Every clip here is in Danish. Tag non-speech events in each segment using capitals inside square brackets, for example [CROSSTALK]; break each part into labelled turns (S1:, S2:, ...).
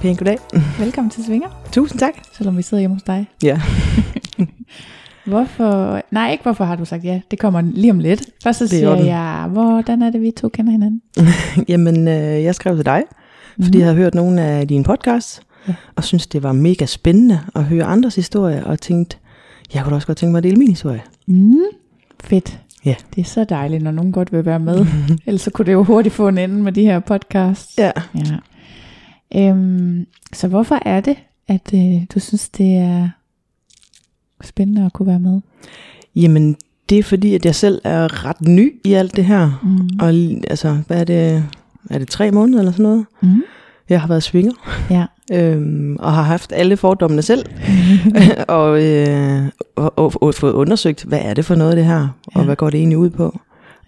S1: Pænt goddag. [LAUGHS]
S2: velkommen til Svinger.
S1: Tusind tak.
S2: Selvom vi sidder hjemme hos dig.
S1: Ja.
S2: [LAUGHS] Hvorfor? Nej, ikke hvorfor har du sagt ja. Det kommer lige om lidt. Først så
S1: er i
S2: siger
S1: orden.
S2: jeg, hvordan er det, vi to kender hinanden?
S1: Jamen, øh, jeg skrev til dig, fordi jeg havde hørt nogle af dine podcasts,
S2: Mhm. Ja.
S1: ja. og synes det var mega spændende at høre andres historier, og tænkte, jeg kunne da også godt tænke mig at dele min historie.
S2: Mm, fedt.
S1: Ja.
S2: Det er så dejligt, når nogen godt vil være
S1: [LAUGHS]
S2: med. Ellers så kunne det jo hurtigt få en ende med de her podcasts.
S1: Ja.
S2: ja. Øhm, så hvorfor er det, at øh, du synes, det er spændende at kunne være med?
S1: Jamen, det er fordi, at jeg selv er ret ny i alt det her.
S2: Mm.
S1: Og li- altså, hvad er det? Er det tre måneder eller sådan noget?
S2: Mm.
S1: Jeg har været svinger.
S2: Ja.
S1: [LAUGHS] Øhm, og har haft alle fordommene selv, og, øh, og, og, og fået undersøgt, hvad er det for noget det her, og
S2: Ja.
S1: hvad går det egentlig ud på.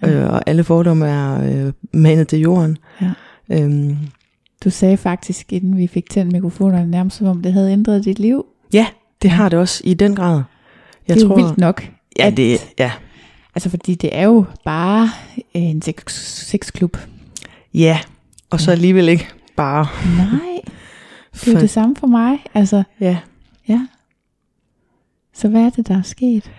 S2: Ja.
S1: Øh, og alle fordomme er øh, manet til jorden.
S2: Ja.
S1: Øhm,
S2: Du sagde faktisk, inden vi fik tændt mikrofonerne, nærmest som om det havde ændret dit liv.
S1: ja, det har det også i den grad. Jeg
S2: det er
S1: tror,
S2: jo vildt nok.
S1: ja,
S2: at-
S1: det, ja.
S2: Altså fordi det er jo bare øh, en sex- sexklub.
S1: ja, og så alligevel ikke bare.
S2: Nej, det er jo
S1: for-
S2: det samme for mig. Altså,
S1: ja.
S2: ja. Så hvad er det, der er sket?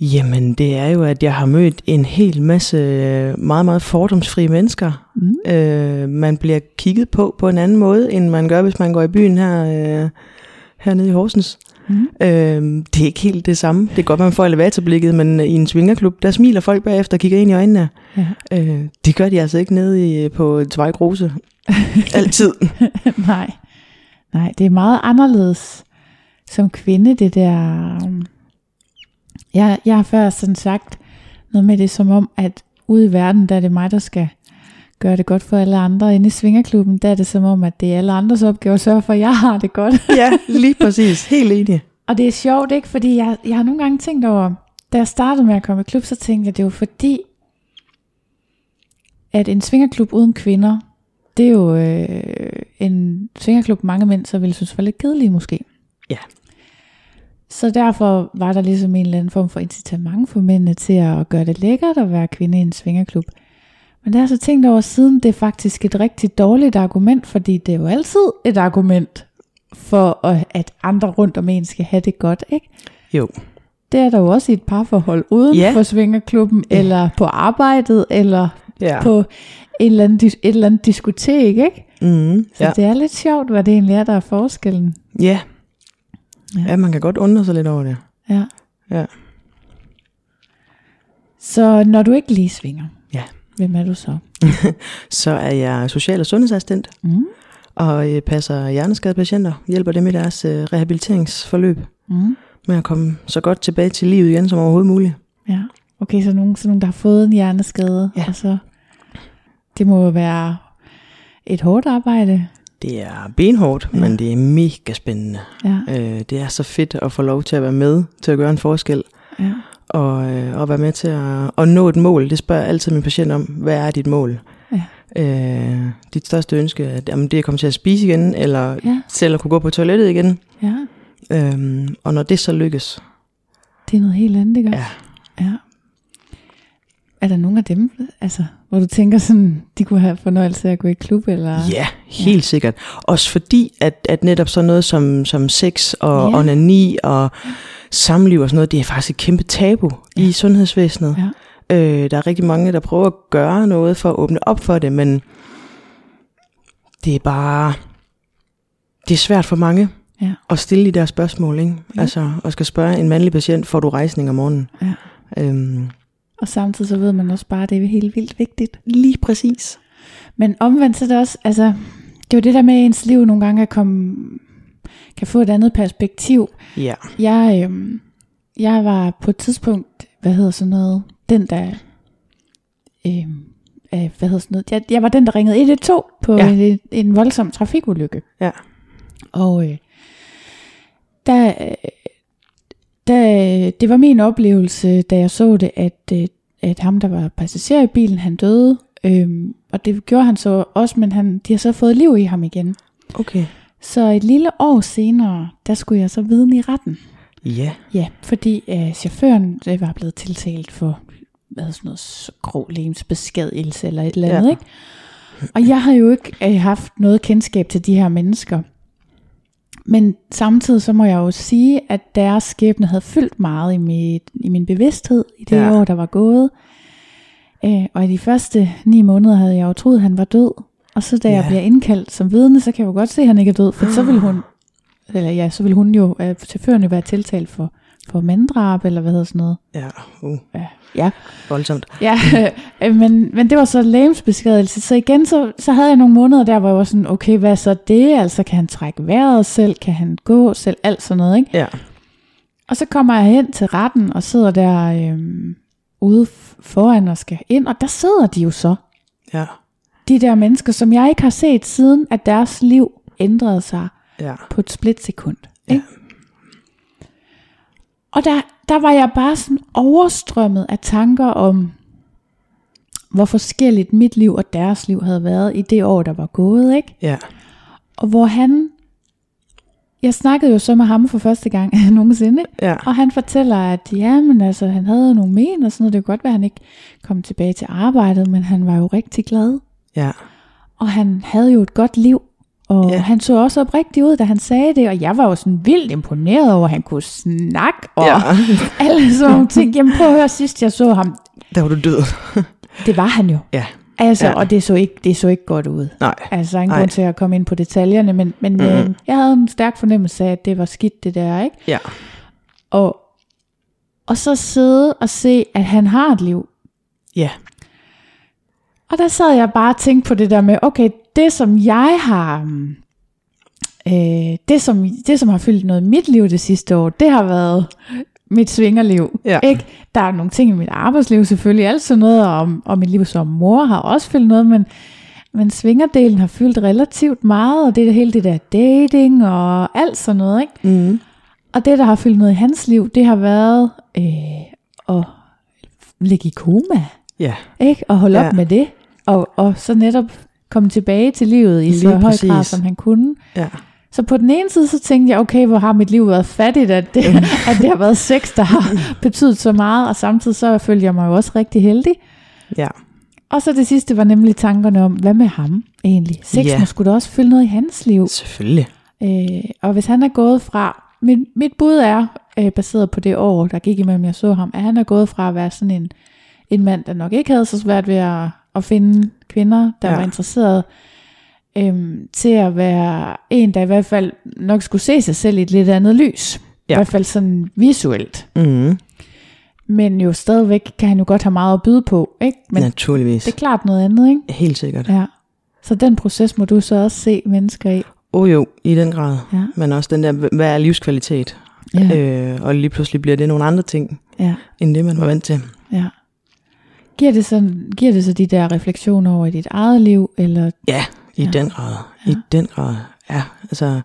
S1: Jamen, det er jo, at jeg har mødt en hel masse øh, meget, meget fordomsfrie mennesker.
S2: Mm.
S1: Øh, man bliver kigget på på en anden måde, end man gør, hvis man går i byen her, øh, hernede i Horsens.
S2: Mm. [LAUGHS]
S1: Øh, det er ikke helt det samme. Det er godt, man får elevatorblikket, men i en svingerklub, der smiler folk bagefter og kigger ind i øjnene.
S2: Ja.
S1: Øh, det gør de altså ikke nede i, på Tvejk [LAUGHS] Rose. Altid.
S2: Nej. Nej, det er meget anderledes som kvinde, det der... um, Jeg, jeg har før sådan sagt noget med det, er som om, at ude i verden, der er det mig, der skal gøre det godt for alle andre. Inde i Svingerklubben, der er det som om, at det er alle andres opgave at sørge for, at jeg har det godt.
S1: ja, lige præcis. Helt enig.
S2: Og det er sjovt, ikke? Fordi jeg, jeg har nogle gange tænkt over, da jeg startede med at komme i klub, så tænkte jeg, det var fordi, at en svingerklub uden kvinder, det er jo øh, en svingerklub, mange mænd så ville synes var lidt kedelige måske.
S1: Ja.
S2: Så derfor var der ligesom en eller anden form for incitament for mændene til at gøre det lækkert at være kvinde i en svingerklub. Men der har jeg så tænkt over siden, det er faktisk et rigtig dårligt argument, fordi det er jo altid et argument for, at- at andre rundt om en skal have det godt, ikke?
S1: Jo.
S2: Det er der jo også i et parforhold uden ja.
S1: Ja.
S2: for svingerklubben, eller på arbejdet, eller
S1: Ja.
S2: ja. på et eller, andet, dis- et eller andet diskotek, ikke?
S1: Mm,
S2: Så ja. det er lidt sjovt, hvad det egentlig er, der er forskellen.
S1: Ja.
S2: Ja.
S1: Ja, man kan godt undre sig lidt over det.
S2: Ja.
S1: Ja.
S2: Så når du ikke lige svinger,
S1: Ja.
S2: hvem er du så?
S1: Så er jeg social- og sundhedsassistent
S2: Mm.
S1: og øh, passer hjerneskadede patienter. Hjælper dem i deres øh, rehabiliteringsforløb
S2: Mm.
S1: med at komme så godt tilbage til livet igen som overhovedet muligt.
S2: Ja. Okay, så nogen, så nogen, der har fået en hjerneskade,
S1: Ja.
S2: og så... Det må jo være et hårdt arbejde.
S1: Det er benhårdt, ja. men det er mega spændende.
S2: Ja,
S1: Øh, det er så fedt at få lov til at være med til at gøre en forskel
S2: ja.
S1: og, øh, og være med til at, at nå et mål. Det spørger jeg altid min patient om, hvad er dit mål?
S2: Ja.
S1: Øh, dit største ønske, er, jamen, det er at komme til at spise igen, eller
S2: Ja,
S1: selv at kunne gå på toilettet igen.
S2: ja.
S1: Øhm, og når det så lykkes,
S2: Det er noget helt andet, ikke? også?
S1: Ja.
S2: ja. er der nogen af dem, altså, hvor du tænker sådan, de kunne have fornøjelse af at gå i klub? Eller?
S1: Ja, helt ja. sikkert. Også fordi, at, at netop sådan noget som, som sex og
S2: Ja.
S1: ja. onani og samliv og sådan noget, det er faktisk et kæmpe tabu ja. i sundhedsvæsenet.
S2: Ja.
S1: Øh, der er rigtig mange, der prøver at gøre noget for at åbne op for det, men det er bare... Det er svært for mange
S2: Ja.
S1: at stille de der spørgsmål, ikke?
S2: Ja.
S1: Ja. Altså, og skal spørge en mandlig patient, får du rejsning om morgenen?
S2: Ja.
S1: Øhm,
S2: Og samtidig så ved man også bare, at det er helt vildt vigtigt.
S1: lige præcis.
S2: Men omvendt så er det også, altså, det er jo det der med, at ens liv nogle gange kan, komme, kan få et andet perspektiv.
S1: Ja.
S2: Jeg, øhm, jeg var på et tidspunkt, hvad hedder sådan noget, den der, øhm, øh, hvad hedder sådan noget, jeg, jeg var den, der ringede 112 på ja.
S1: Ja.
S2: en, en voldsom trafikulykke.
S1: Ja.
S2: Og øh, der, øh, der, øh, det var min oplevelse, da jeg så det, at, øh, at ham, der var passager i bilen, han døde. Øhm, og det gjorde han så også, men han, de har så fået liv i ham igen.
S1: Okay.
S2: Så et lille år senere, der skulle jeg så vidne i retten.
S1: Ja.
S2: Ja, fordi øh, chaufføren øh, var blevet tiltalt for hvad hedder sådan noget s- grov lemsbeskadigelse eller et eller andet, ja.
S1: Ja.
S2: ikke? Og jeg har jo ikke øh, haft noget kendskab til de her mennesker. Men samtidig så må jeg jo sige, at deres skæbne havde fyldt meget i, mit, i min bevidsthed i det ja.
S1: Ja.
S2: år, der var gået. Øh, og i de første ni måneder havde jeg jo troet, at han var død. Og så da ja. Ah. jeg
S1: Ja.
S2: bliver indkaldt som vidne, så kan jeg jo godt se, at han ikke er død, for så vil hun, eller ja, så vil hun jo, øh, chaufføren jo være tiltalt for, for manddrab, eller hvad hedder sådan noget.
S1: Ja. Uh,
S2: Ja. ja.
S1: voldsomt.
S2: Ja, [LAUGHS] øh, men, men det var så lamesbeskadigelse. Så igen, så, så havde jeg nogle måneder der, hvor jeg var sådan, okay, hvad så det? Altså, kan han trække vejret selv? Kan han gå selv? Alt sådan noget, ikke?
S1: Ja.
S2: Og så kommer jeg hen til retten og sidder der øh, ude f- foran og skal ind, og der sidder de jo så.
S1: Ja.
S2: De der mennesker, som jeg ikke har set siden, at deres liv ændrede sig
S1: Ja.
S2: på et splitsekund. Ja. Og der, der var jeg bare sådan overstrømmet af tanker om, hvor forskelligt mit liv og deres liv havde været i det år, der var gået, ikke?
S1: Ja.
S2: Og hvor han, jeg snakkede jo så med ham for første gang [LAUGHS] nogensinde, ikke?
S1: Ja.
S2: og han fortæller, at ja, men altså, han havde nogle men og sådan noget, det kunne godt være, at han ikke kom tilbage til arbejdet, men han var jo rigtig glad.
S1: Ja.
S2: Og han havde jo et godt liv. Og ja.
S1: Ja.
S2: han så også oprigtig ud, da han sagde det, og jeg var jo sådan vildt imponeret over, at han kunne snakke og ja.
S1: Ja.
S2: [LAUGHS] alle sådan nogle ting. Jamen prøv at høre, sidst jeg så ham,
S1: Der var du død.
S2: det var han jo.
S1: Ja.
S2: Altså, ja.
S1: Ja.
S2: og det så, ikke, det så ikke godt ud.
S1: Nej.
S2: Altså, en
S1: Nej.
S2: grund til at komme ind på detaljerne, men, men mm. øh, jeg havde en stærk fornemmelse af, at det var skidt det der, ikke?
S1: Ja.
S2: Og, og så sidde og se, at han har et liv,
S1: Ja.
S2: Og der sad jeg bare og tænkte på det der med, okay, det som jeg har, mm, øh, det, som, det som har fyldt noget i mit liv det sidste år, det har været mit svingerliv.
S1: Ja.
S2: Ikke? Der er nogle ting i mit arbejdsliv selvfølgelig, alt sådan noget, og, og mit liv som mor har også fyldt noget, men, men svingerdelen har fyldt relativt meget, og det er hele det der dating og alt sådan noget. Ikke?
S1: Mm.
S2: Og det, der har fyldt noget i hans liv, det har været øh, at ligge i koma.
S1: Ja.
S2: Ikke? Og holde ja.
S1: Ja.
S2: op med det. Og, og så netop komme tilbage til livet i så
S1: Lige
S2: høj grad,
S1: præcis.
S2: som han kunne.
S1: Ja.
S2: Så på den ene side, så tænkte jeg, okay, hvor har mit liv været fattigt, at det, [LAUGHS] at det har været sex, der
S1: [LAUGHS]
S2: har betydet så meget, og samtidig så følte jeg mig jo også rigtig heldig.
S1: Ja.
S2: Og så det sidste var nemlig tankerne om, hvad med ham egentlig? Sex
S1: Ja.
S2: yeah. må skulle da også fylde noget i hans liv.
S1: Selvfølgelig.
S2: Øh, og hvis han er gået fra, mit, mit bud er, øh, baseret på det år, der gik imellem jeg så ham, at han er gået fra at være sådan en, en mand, der nok ikke havde så svært ved at, at finde kvinder, der ja.
S1: Ja.
S2: var interesseret, øhm, til at være en, der i hvert fald nok skulle se sig selv i et lidt andet lys. Ja.
S1: Ja.
S2: I hvert fald sådan visuelt.
S1: Mm.
S2: Men jo stadigvæk kan han jo godt have meget at byde på, ikke? Men ja.
S1: Naturligvis.
S2: det er klart noget andet, ikke?
S1: Helt sikkert.
S2: Ja. Så den proces må du så også se mennesker i.
S1: Åh oh, jo, i den grad.
S2: Ja.
S1: Men også den der, hv- hvad er livskvalitet?
S2: Ja.
S1: Øh, og lige pludselig bliver det nogle andre ting,
S2: ja.
S1: end det man var vant til.
S2: Ja. Giver det, sådan, giver det så de der refleksioner over i dit eget liv? Eller,
S1: Ja, i
S2: Ja.
S1: ja. den grad. I den grad. Ja, altså...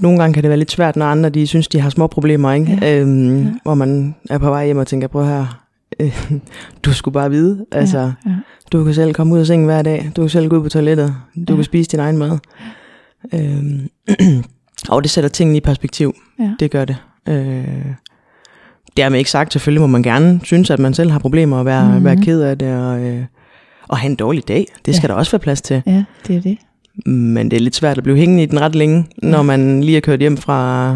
S1: Nogle gange kan det være lidt svært, når andre de synes, de har små problemer, ikke? Ja. Øhm, ja. hvor man er på vej hjem og tænker, prøv her, øh, [LAUGHS] du skulle bare vide. Altså, ja.
S2: ja,
S1: Du kan selv komme ud af sengen hver dag. Du kan selv gå ud på toilettet. Du
S2: Ja.
S1: ja. kan spise din egen mad. [CLEARS THROAT] Øhm, og det sætter tingene i perspektiv.
S2: ja,
S1: Det gør det. Øh, dermed ikke sagt, selvfølgelig må man gerne synes, at man selv har problemer og være, mm-hmm. være ked af det og, øh, og have en dårlig dag. Det skal ja. der også være plads til.
S2: Ja, det er det.
S1: Men det er lidt svært at blive hængende i den ret længe, når ja. man lige er kørt hjem fra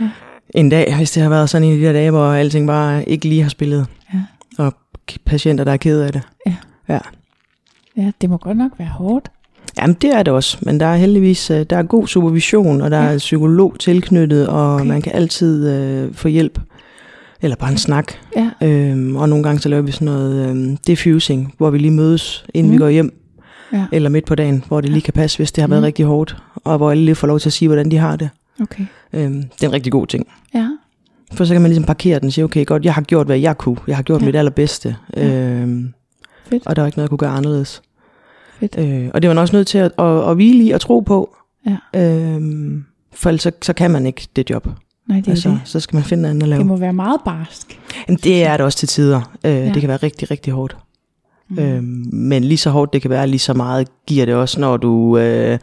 S1: ja. en dag, hvis det har været sådan en af de der dage, hvor alting bare ikke lige har spillet.
S2: Ja.
S1: Og patienter, der er ked af det.
S2: Ja.
S1: Ja.
S2: ja, det må godt nok være hårdt.
S1: Jamen det er det også, men der er heldigvis øh, der er god supervision, og der ja. er psykolog tilknyttet, og okay. man kan altid øh, få hjælp. Eller bare en snak.
S2: Ja.
S1: Øhm, og nogle gange så laver vi sådan noget øhm, diffusing, hvor vi lige mødes, inden mm. vi går hjem.
S2: Ja.
S1: Eller midt på dagen, hvor det lige kan passe, hvis det har været mm. rigtig hårdt. Og hvor alle lige får lov til at sige, hvordan de har det.
S2: Okay.
S1: Øhm, det er en rigtig god ting.
S2: Ja.
S1: For så kan man ligesom parkere den og sige, okay godt, jeg har gjort, hvad jeg kunne. Jeg har gjort ja. mit allerbedste. Ja. Øhm,
S2: Fedt.
S1: Og der er ikke noget, jeg kunne gøre anderledes.
S2: Fedt.
S1: Øh, og det er man også nødt til at, at, at hvile i og tro på.
S2: Ja.
S1: Øhm, for ellers så, så kan man ikke det job.
S2: Nej, det er
S1: altså,
S2: det.
S1: Så skal man finde noget andet at lave.
S2: Det må være meget barsk.
S1: Jamen, det er det også til tider. Øh,
S2: Ja.
S1: ja. Det kan være rigtig, rigtig hårdt.
S2: Mm.
S1: Mm. Øhm, men lige så hårdt det kan være, lige så meget giver det også, når du øh,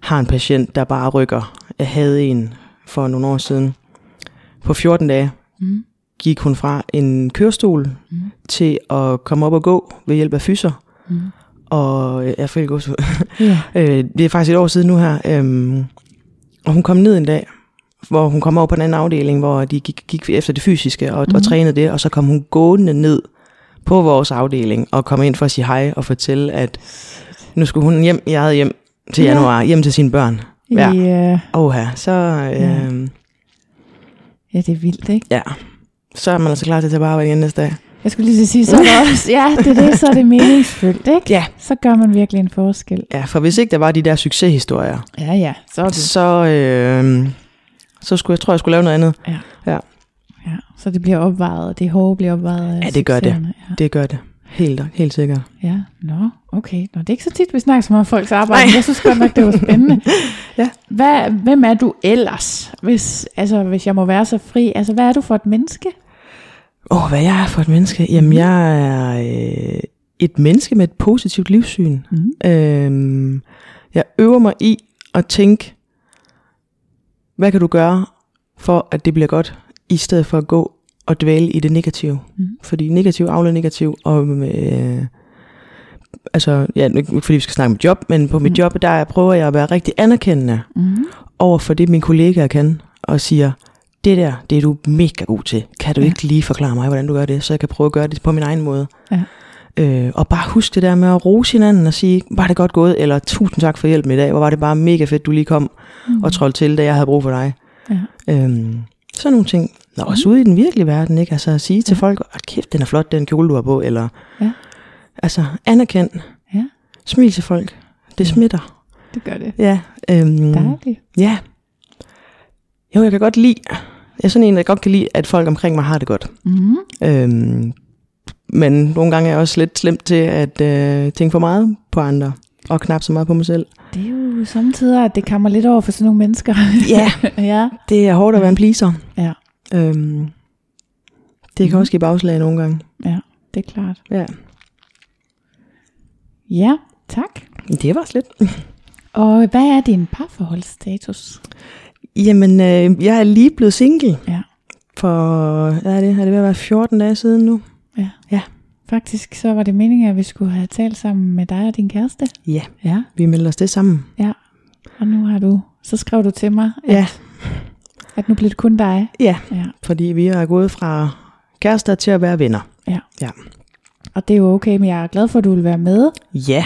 S1: har en patient, der bare rykker. Jeg havde en for nogle år siden. På 14 dage
S2: Mm.
S1: gik hun fra en kørestol
S2: Mm.
S1: til at komme op og gå ved hjælp af fyser.
S2: Mm.
S1: Og øh, jeg fik også
S2: Ja.
S1: [LAUGHS] Øh, det er faktisk et år siden nu her. Øhm, og hun kom ned en dag, hvor hun kom over på den anden afdeling, hvor de gik, gik efter det fysiske
S2: Mhm.
S1: og, mm. og trænede det, og så kom hun gående ned på vores afdeling og kom ind for at sige hej og fortælle, at nu skulle hun hjem i eget hjem til
S2: Ja.
S1: januar, hjem til sine børn.
S2: Ja.
S1: Ja.
S2: ja.
S1: Oha, så,
S2: Mm.
S1: øh,
S2: Ja, det er vildt, ikke?
S1: ja. så er man altså klar til at tage på arbejde igen næste dag.
S2: Jeg skulle lige til at sige, så er
S1: [LAUGHS]
S2: det også, ja, det er det, så er det meningsfuldt, ikke?
S1: Ja.
S2: Så gør man virkelig en forskel.
S1: Ja, for hvis ikke der var de der succeshistorier,
S2: Ja, ja, så er det.
S1: så, øh, så skulle jeg tror, jeg skulle lave noget andet.
S2: Ja. Så det bliver opvejet, det hårde bliver opvejet. af
S1: Ja, det gør det.
S2: succeserne, Ja.
S1: Det gør det. Helt, helt sikkert.
S2: ja. Nå, okay. Nå, det er ikke så tit, vi snakker så meget om folks arbejde, men jeg synes godt nok, det var [LAUGHS] spændende.
S1: Ja.
S2: Hvad, hvem er du ellers, hvis, altså, hvis jeg må være så fri? Altså, hvad er du for et menneske?
S1: Åh, oh, hvad jeg er for et menneske? Jamen, jeg er øh, et menneske med et positivt livssyn.
S2: Mm.
S1: Øhm, jeg øver mig i at tænke, hvad kan du gøre, for at det bliver godt, i stedet for at gå og dvæle i det negative.
S2: Mhm.
S1: Fordi negativ afler negativ, og øh, altså, ja, nu- ikke fordi vi skal snakke om job, men på mit
S2: Mhm.
S1: job, der prøver jeg at være rigtig anerkendende
S2: Mm.
S1: over for det, mine kollegaer kan, og siger, det der, det er du mega god til. Kan du
S2: Ja.
S1: ja. ikke lige forklare mig, hvordan du gør det, så jeg kan prøve at gøre det på min egen måde.
S2: Ja.
S1: Øh, og bare husk det der med at rose hinanden og sige, var det godt gået, eller tusind tak for hjælpen i dag, hvor var det bare mega fedt, du lige kom
S2: Mm.
S1: og trådte til, da jeg havde brug for dig.
S2: Ja. Mm.
S1: Øhm, sådan nogle ting. Nå, også ude i den virkelige verden, ikke? Altså at sige til folk, "Åh, kæft, den er flot, den kjole, du har på, eller...
S2: Ja.
S1: Altså, anerkend.
S2: Ja.
S1: Smil til folk. Det smitter.
S2: Det gør det.
S1: Ja. Øhm,
S2: Mm. Dejligt.
S1: Ja. Jo, jeg kan godt lide, jeg er sådan en, der godt kan lide, at folk omkring mig har det godt.
S2: Mm.
S1: Øhm, men nogle gange er jeg også lidt slemt til at øh, tænke for meget på andre, og knap så meget på mig selv.
S2: Det er jo samtidig, at det kommer lidt over for sådan nogle mennesker.
S1: Ja,
S2: [LAUGHS] ja.
S1: det er hårdt at være en pleaser.
S2: Ja.
S1: Øhm, det kan også give bagslag nogle gange.
S2: ja, det er klart.
S1: Mhm. Ja.
S2: Ja, tak.
S1: Det var slet.
S2: Og hvad er din parforholdsstatus?
S1: Jamen, øh, jeg er lige blevet single
S2: Ja,
S1: for, hvad er det, er det ved at være 14 dage siden nu?
S2: faktisk så var det meningen, at vi skulle have talt sammen med dig og din kæreste.
S1: Ja,
S2: Ja,
S1: vi melder os det sammen.
S2: ja. Og nu har du, så skrev du til mig, at,
S1: Ja.
S2: at nu bliver det kun dig.
S1: Ja,
S2: Ja,
S1: fordi vi er gået fra kærester til at være venner.
S2: ja.
S1: Ja.
S2: Og det er jo okay, men jeg er glad for, at du vil være med.
S1: Ja,
S2: Jeg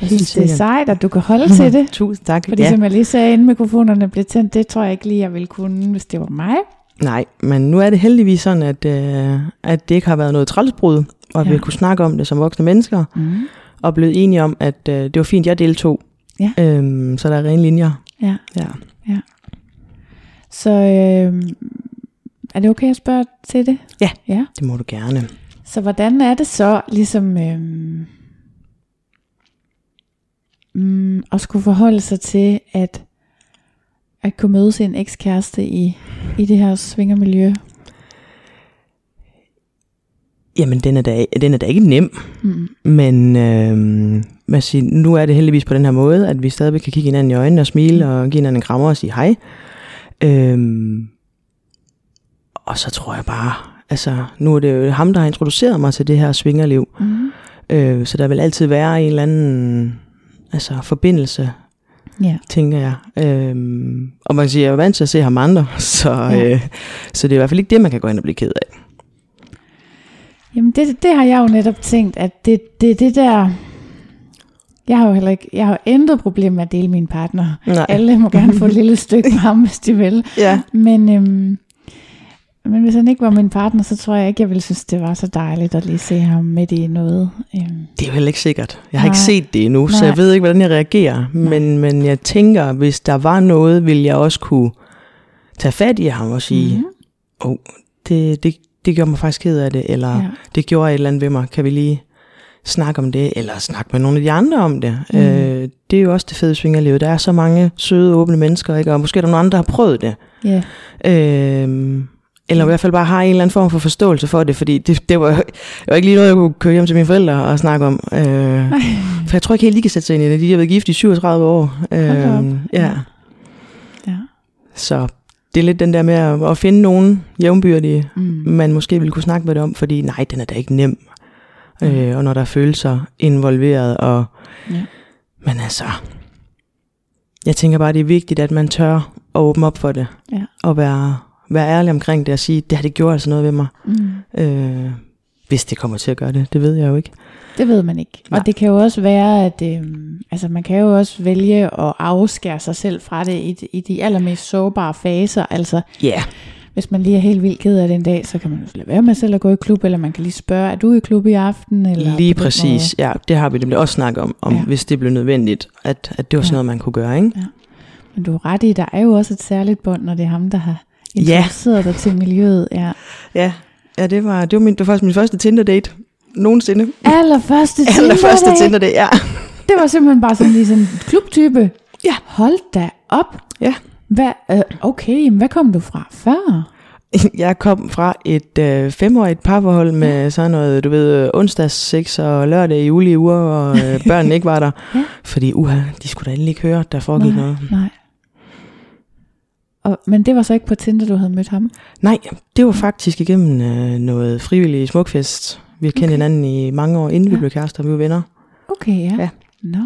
S1: Helt
S2: synes, det er
S1: sikkert.
S2: sejt, at du kan holde
S1: [LAUGHS]
S2: til det.
S1: tusind tak.
S2: Fordi ja.
S1: ja.
S2: som jeg lige sagde, inden mikrofonerne blev tændt, det tror jeg ikke lige, jeg ville kunne, hvis det var mig.
S1: Nej, men nu er det heldigvis sådan, at, øh, at det ikke har været noget trælsbrud, og at
S2: Ja.
S1: ja. vi kunne snakke om det som voksne mennesker,
S2: Mm.
S1: og blevet enige om, at øh, det var fint, jeg deltog.
S2: Ja.
S1: Øhm, så der er rene linjer.
S2: Ja.
S1: Ja.
S2: Så øh, er det okay at spørge til det?
S1: Ja.
S2: ja.
S1: Det må du gerne.
S2: Så hvordan er det så ligesom øh, mm, at skulle forholde sig til, at at kunne møde sin ekskæreste i, i det her svingermiljø.
S1: Jamen, den er da, den er da ikke nem,
S2: Mm.
S1: men øh, man siger, nu er det heldigvis på den her måde, at vi stadigvæk kan kigge hinanden i
S2: Mm.
S1: øjnene og smile og give hinanden en krammer og sige hej. Øh, Og så tror jeg bare, altså nu er det jo ham, der har introduceret mig til det her svingerliv.
S2: Mm.
S1: Øh, så der vil altid være en eller anden altså, forbindelse,
S2: Ja.
S1: tænker jeg. Øh, og man kan sige, jeg er vant til at se ham andre, [LAUGHS] så,
S2: Ja.
S1: øh, så det er i hvert fald ikke det, man kan gå ind og blive ked af.
S2: Jamen det, det har jeg jo netop tænkt, at det er det, det der... Jeg har jo heller ikke, jeg har jo intet problem med at dele mine partner.
S1: Nej.
S2: Alle må gerne få et lille stykke med ham, hvis de vil.
S1: Ja.
S2: Men, øhm, men hvis han ikke var min partner, så tror jeg ikke, jeg ville synes, det var så dejligt at lige se ham midt i noget. Øhm,
S1: Det er vel ikke sikkert. Jeg har
S2: Nej.
S1: ikke set det endnu, Nej. så
S2: Nej.
S1: jeg ved ikke, hvordan jeg reagerer. Men, men jeg tænker, hvis der var noget, ville jeg også kunne tage fat i ham og sige,
S2: Mhm.
S1: åh, oh, det, det, det gjorde mig faktisk ked af det, eller
S2: Ja.
S1: ja. det gjorde et eller andet ved mig. Kan vi lige snakke om det, eller snakke med nogle af de andre om det?
S2: Mhm.
S1: Mm. Øh, det er jo også det fede svingerliv. Der er så mange søde, åbne mennesker, ikke? og måske er der nogle andre, der har prøvet det. [LAUGHS]
S2: Ja,
S1: Øh, eller i hvert fald bare har en eller anden form for forståelse for det, fordi det, det, var, det var ikke lige noget, jeg kunne køre hjem til mine forældre og snakke om. Øh, for jeg tror ikke helt, de kan sætte sig ind i det. De har været gift i 37 år. Øhm,
S2: Hold da op.
S1: ja.
S2: ja.
S1: Så det er lidt den der med at, at finde nogen jævnbyrdige,
S2: Mm.
S1: man måske ville kunne snakke med det om, fordi nej, den er da ikke nem. Øh, og når der er følelser involveret, og
S2: Ja.
S1: men altså, jeg tænker bare, det er vigtigt, at man tør at åbne op for det.
S2: Ja.
S1: Og være, være ærlig omkring det og sige, det her det gjorde altså noget ved mig.
S2: Mm.
S1: Øh, hvis det kommer til at gøre det, det ved jeg jo ikke.
S2: Det ved man ikke.
S1: Nej.
S2: Og det kan jo også være, at øhm, altså man kan jo også vælge at afskære sig selv fra det i, i de allermest sårbare faser. Altså
S1: Ja, yeah.
S2: hvis man lige er helt vildt ked af den dag, så kan man jo lade være med selv at gå i klub, eller man kan lige spørge, er du i klub i aften? Eller
S1: lige
S2: på den
S1: præcis. Ja, det har vi nemlig også snakket om, om
S2: Ja.
S1: ja. hvis det blev nødvendigt, at, at det var sådan
S2: Ja.
S1: noget, man kunne gøre, ikke?
S2: Måde. Men du har ret i, der er jo også et særligt bånd, når det er ham, der har introduceret dig til miljøet. Ja.
S1: Ja, ja det, var, det, var min, det var faktisk min første Tinder-date nogensinde.
S2: Allerførste
S1: [LAUGHS]
S2: Tinder,
S1: Allerførste
S2: date.
S1: Tinder-date, ja.
S2: Det var simpelthen bare sådan lige sådan en klubtype.
S1: Ja.
S2: Hold da op.
S1: Ja.
S2: Hvad, øh, okay, men hvad kom du fra før?
S1: [LAUGHS] Jeg kom fra et øh, femårigt parforhold med sådan noget, du ved, øh, onsdags sex og lørdag i ulige uger, og [LAUGHS] øh, børnene ikke var der.
S2: Ja.
S1: Fordi uha, de skulle da endelig ikke høre, at der foregik
S2: nej,
S1: noget.
S2: Nej. Og, men det var så ikke på Tinder, du havde mødt ham?
S1: Nej, det var faktisk igennem øh, noget frivillig smukfest. Vi har kendt okay. hinanden i mange år, inden ja.
S2: Ja.
S1: vi blev kærester, vi var venner.
S2: Okay, ja.
S1: Ja.
S2: Nå.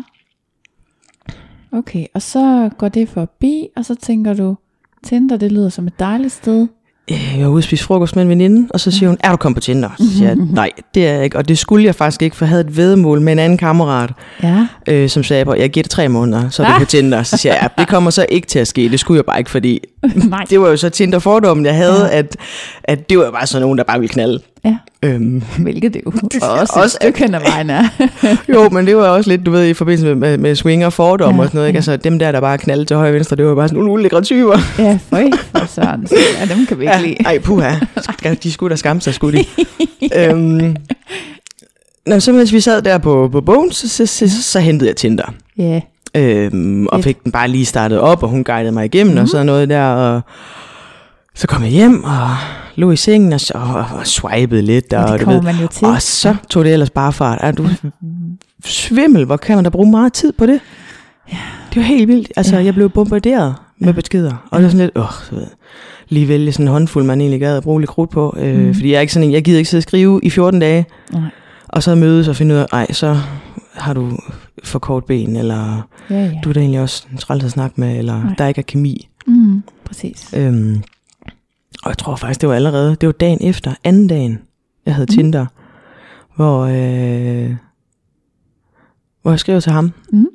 S2: Okay, og så går det forbi, og så tænker du, Tinder, det lyder som et dejligt sted.
S1: Øh, Jeg var ude at spise frokost med en veninde, og så siger hun, er du kommet på Tinder? Så siger jeg, nej, det er jeg ikke. Og det skulle jeg faktisk ikke, for jeg havde et vedmål med en anden kammerat,
S2: Ja.
S1: øh, som sagde, "Bror, jeg giver det tre måneder, så er du på Tinder. Så siger jeg, ja, det kommer så ikke til at ske. Det skulle jeg bare ikke, fordi
S2: [LAUGHS] Nej.
S1: det var jo så Tinder-fordommen, jeg havde, ja. at, at det var jo bare sådan nogen, der bare ville knalde.
S2: Ja.
S1: Øhm,
S2: Hvilket [LAUGHS] det jo også,
S1: Også-
S2: også et stykke hen ad vejen er.
S1: jo, men det var også lidt, du ved, i forbindelse med, med, med swing og fordom
S2: Ja,
S1: ja, og sådan noget, ikke? Altså, dem der, der bare knaldede til højre og venstre, det var jo bare sådan nogle ulækre typer.
S2: [LAUGHS] ja, for for søren. Så, [LAUGHS] ja, dem kan vi ikke lide.
S1: Ej, puha. Skal- De skulle da skamme
S2: [LAUGHS]
S1: sig, skulle de. øhm, Nå, så mens vi sad der på, på Bones, så, så, så, så hentede jeg Tinder.
S2: Ja.
S1: Øhm,
S2: Fedt.
S1: og
S2: Mhm.
S1: fik den bare lige startet op, og hun guidede mig igennem mm-hmm. og sådan noget der. Og så kom jeg hjem og lå i sengen og, og, og swipede lidt. Og,
S2: Ja, det
S1: du
S2: kommer
S1: ved.
S2: man jo til.
S1: og så tog det ellers bare fart. Er du svimmel? Hvor kan man da bruge meget tid på det? Det var helt vildt. Altså, jeg blev bombarderet med beskeder. Og det var sådan lidt, åh, du ved, lige vælge sådan en håndfuld, man egentlig gad at bruge lidt krudt på. Øh, mm. Fordi jeg er ikke sådan en, jeg gider ikke sidde og skrive i 14 dage.
S2: Nej.
S1: Og så mødes og finde ud af, ej, så har du for kort ben, eller
S2: Ja, ja.
S1: du er da egentlig også træls at snakke med, eller
S2: Nej.
S1: Nej. der ikke er kemi.
S2: Mm, præcis.
S1: Øhm, og jeg tror faktisk, det var allerede, det var dagen efter, anden dagen, jeg havde Tinder, hvor, øh, hvor jeg skrev til ham,
S2: Mhm.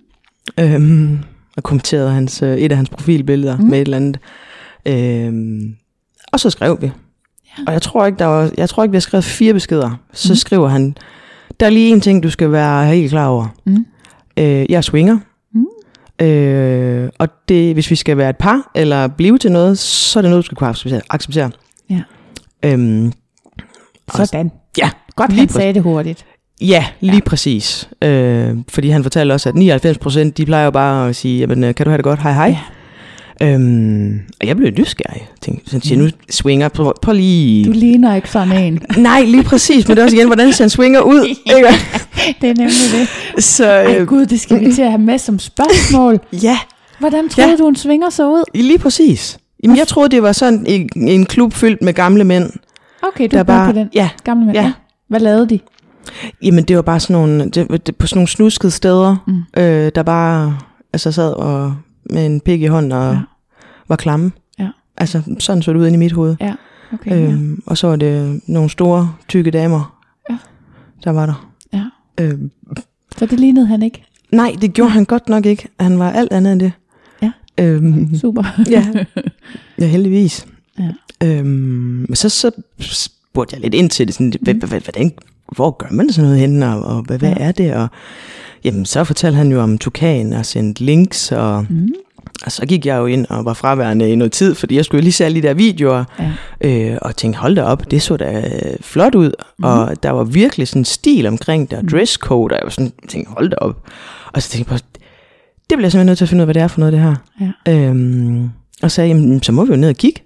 S1: øhm, og kommenterede hans, øh, et af hans profilbilleder med et eller andet. Øhm, og så skrev vi. Og jeg tror ikke, der var, jeg tror ikke, vi har skrevet fire beskeder. Så skriver han, der er lige en ting, du skal være helt klar over.
S2: Mm.
S1: Øh, jeg er swinger.
S2: Mm.
S1: Øh, og det, hvis vi skal være et par, eller blive til noget, så er det noget, du skal kunne acceptere. acceptere.
S2: Ja.
S1: Øhm,
S2: Sådan.
S1: ja,
S2: Godt,
S1: lige
S2: han
S1: præ-
S2: sagde det hurtigt.
S1: Ja, lige ja. præcis. Øh, fordi han fortalte også, at 99 procent, de plejer jo bare at sige, jamen, øh, kan du have det godt, hej hej. Ja. Øhm, og jeg blev nysgerrig. Tænkte, så siger jeg, nu swinger, prøv, prøv lige...
S2: Mm. Du ligner ikke sådan en.
S1: Nej, lige præcis, men det er også igen, hvordan ser en swinger ud? Ikke?
S2: [LAUGHS] Det er nemlig det.
S1: Så
S2: Ej
S1: øh,
S2: gud, det skal vi til at have med som spørgsmål.
S1: ja,
S2: Hvordan troede ja.
S1: Ja.
S2: du, en svinger så ud?
S1: lige præcis. Jamen, jeg troede, det var sådan en, en klub fyldt med gamle mænd.
S2: Okay, du er bare på den
S1: Ja,
S2: gamle mand.
S1: ja.
S2: Ja. Hvad lavede de?
S1: Jamen, det var bare sådan nogle, det, var- det, på sådan nogle snuskede steder, mm. øh, der bare altså, sad og, med en pik i hånden og
S2: Ja.
S1: ja. var klamme.
S2: Ja.
S1: Altså, sådan så det ud inde i mit hoved.
S2: Ja, okay.
S1: Ja.
S2: ja.
S1: Øhm, og så var det nogle store, tykke damer,
S2: Ja.
S1: der var der.
S2: ja.
S1: Øhm,
S2: Så det lignede han ikke.
S1: nej, det gjorde han godt nok ikke. Han var alt andet end det.
S2: Ja.
S1: Øhm,
S2: Super. [LAUGHS]
S1: ja. [LAUGHS] ja, heldigvis.
S2: Ja.
S1: Øhm, men så, så spurgte jeg lidt ind til det, sådan, hvad, hvad, hvordan, hvor gør man sådan noget henne, og, og hvad, hvad
S2: Mm. Ja.
S1: er det? Og, jamen, så fortalte han jo om Tukan og sendte links, og, mm. og så gik jeg jo ind og var fraværende i noget tid, fordi jeg skulle jo lige se alle de der videoer,
S2: Ja.
S1: øh, og tænkte, hold da op, det så da øh, flot ud, mm.
S2: Mhm.
S1: og der var virkelig sådan stil omkring det, og dresscode, og jeg var sådan, tænkte, hold da op. Og så tænkte jeg på, det bliver jeg simpelthen nødt til at finde ud af, hvad det er for noget, det her.
S2: Ja.
S1: Øhm, og sagde, jamen, så må vi jo ned og kigge.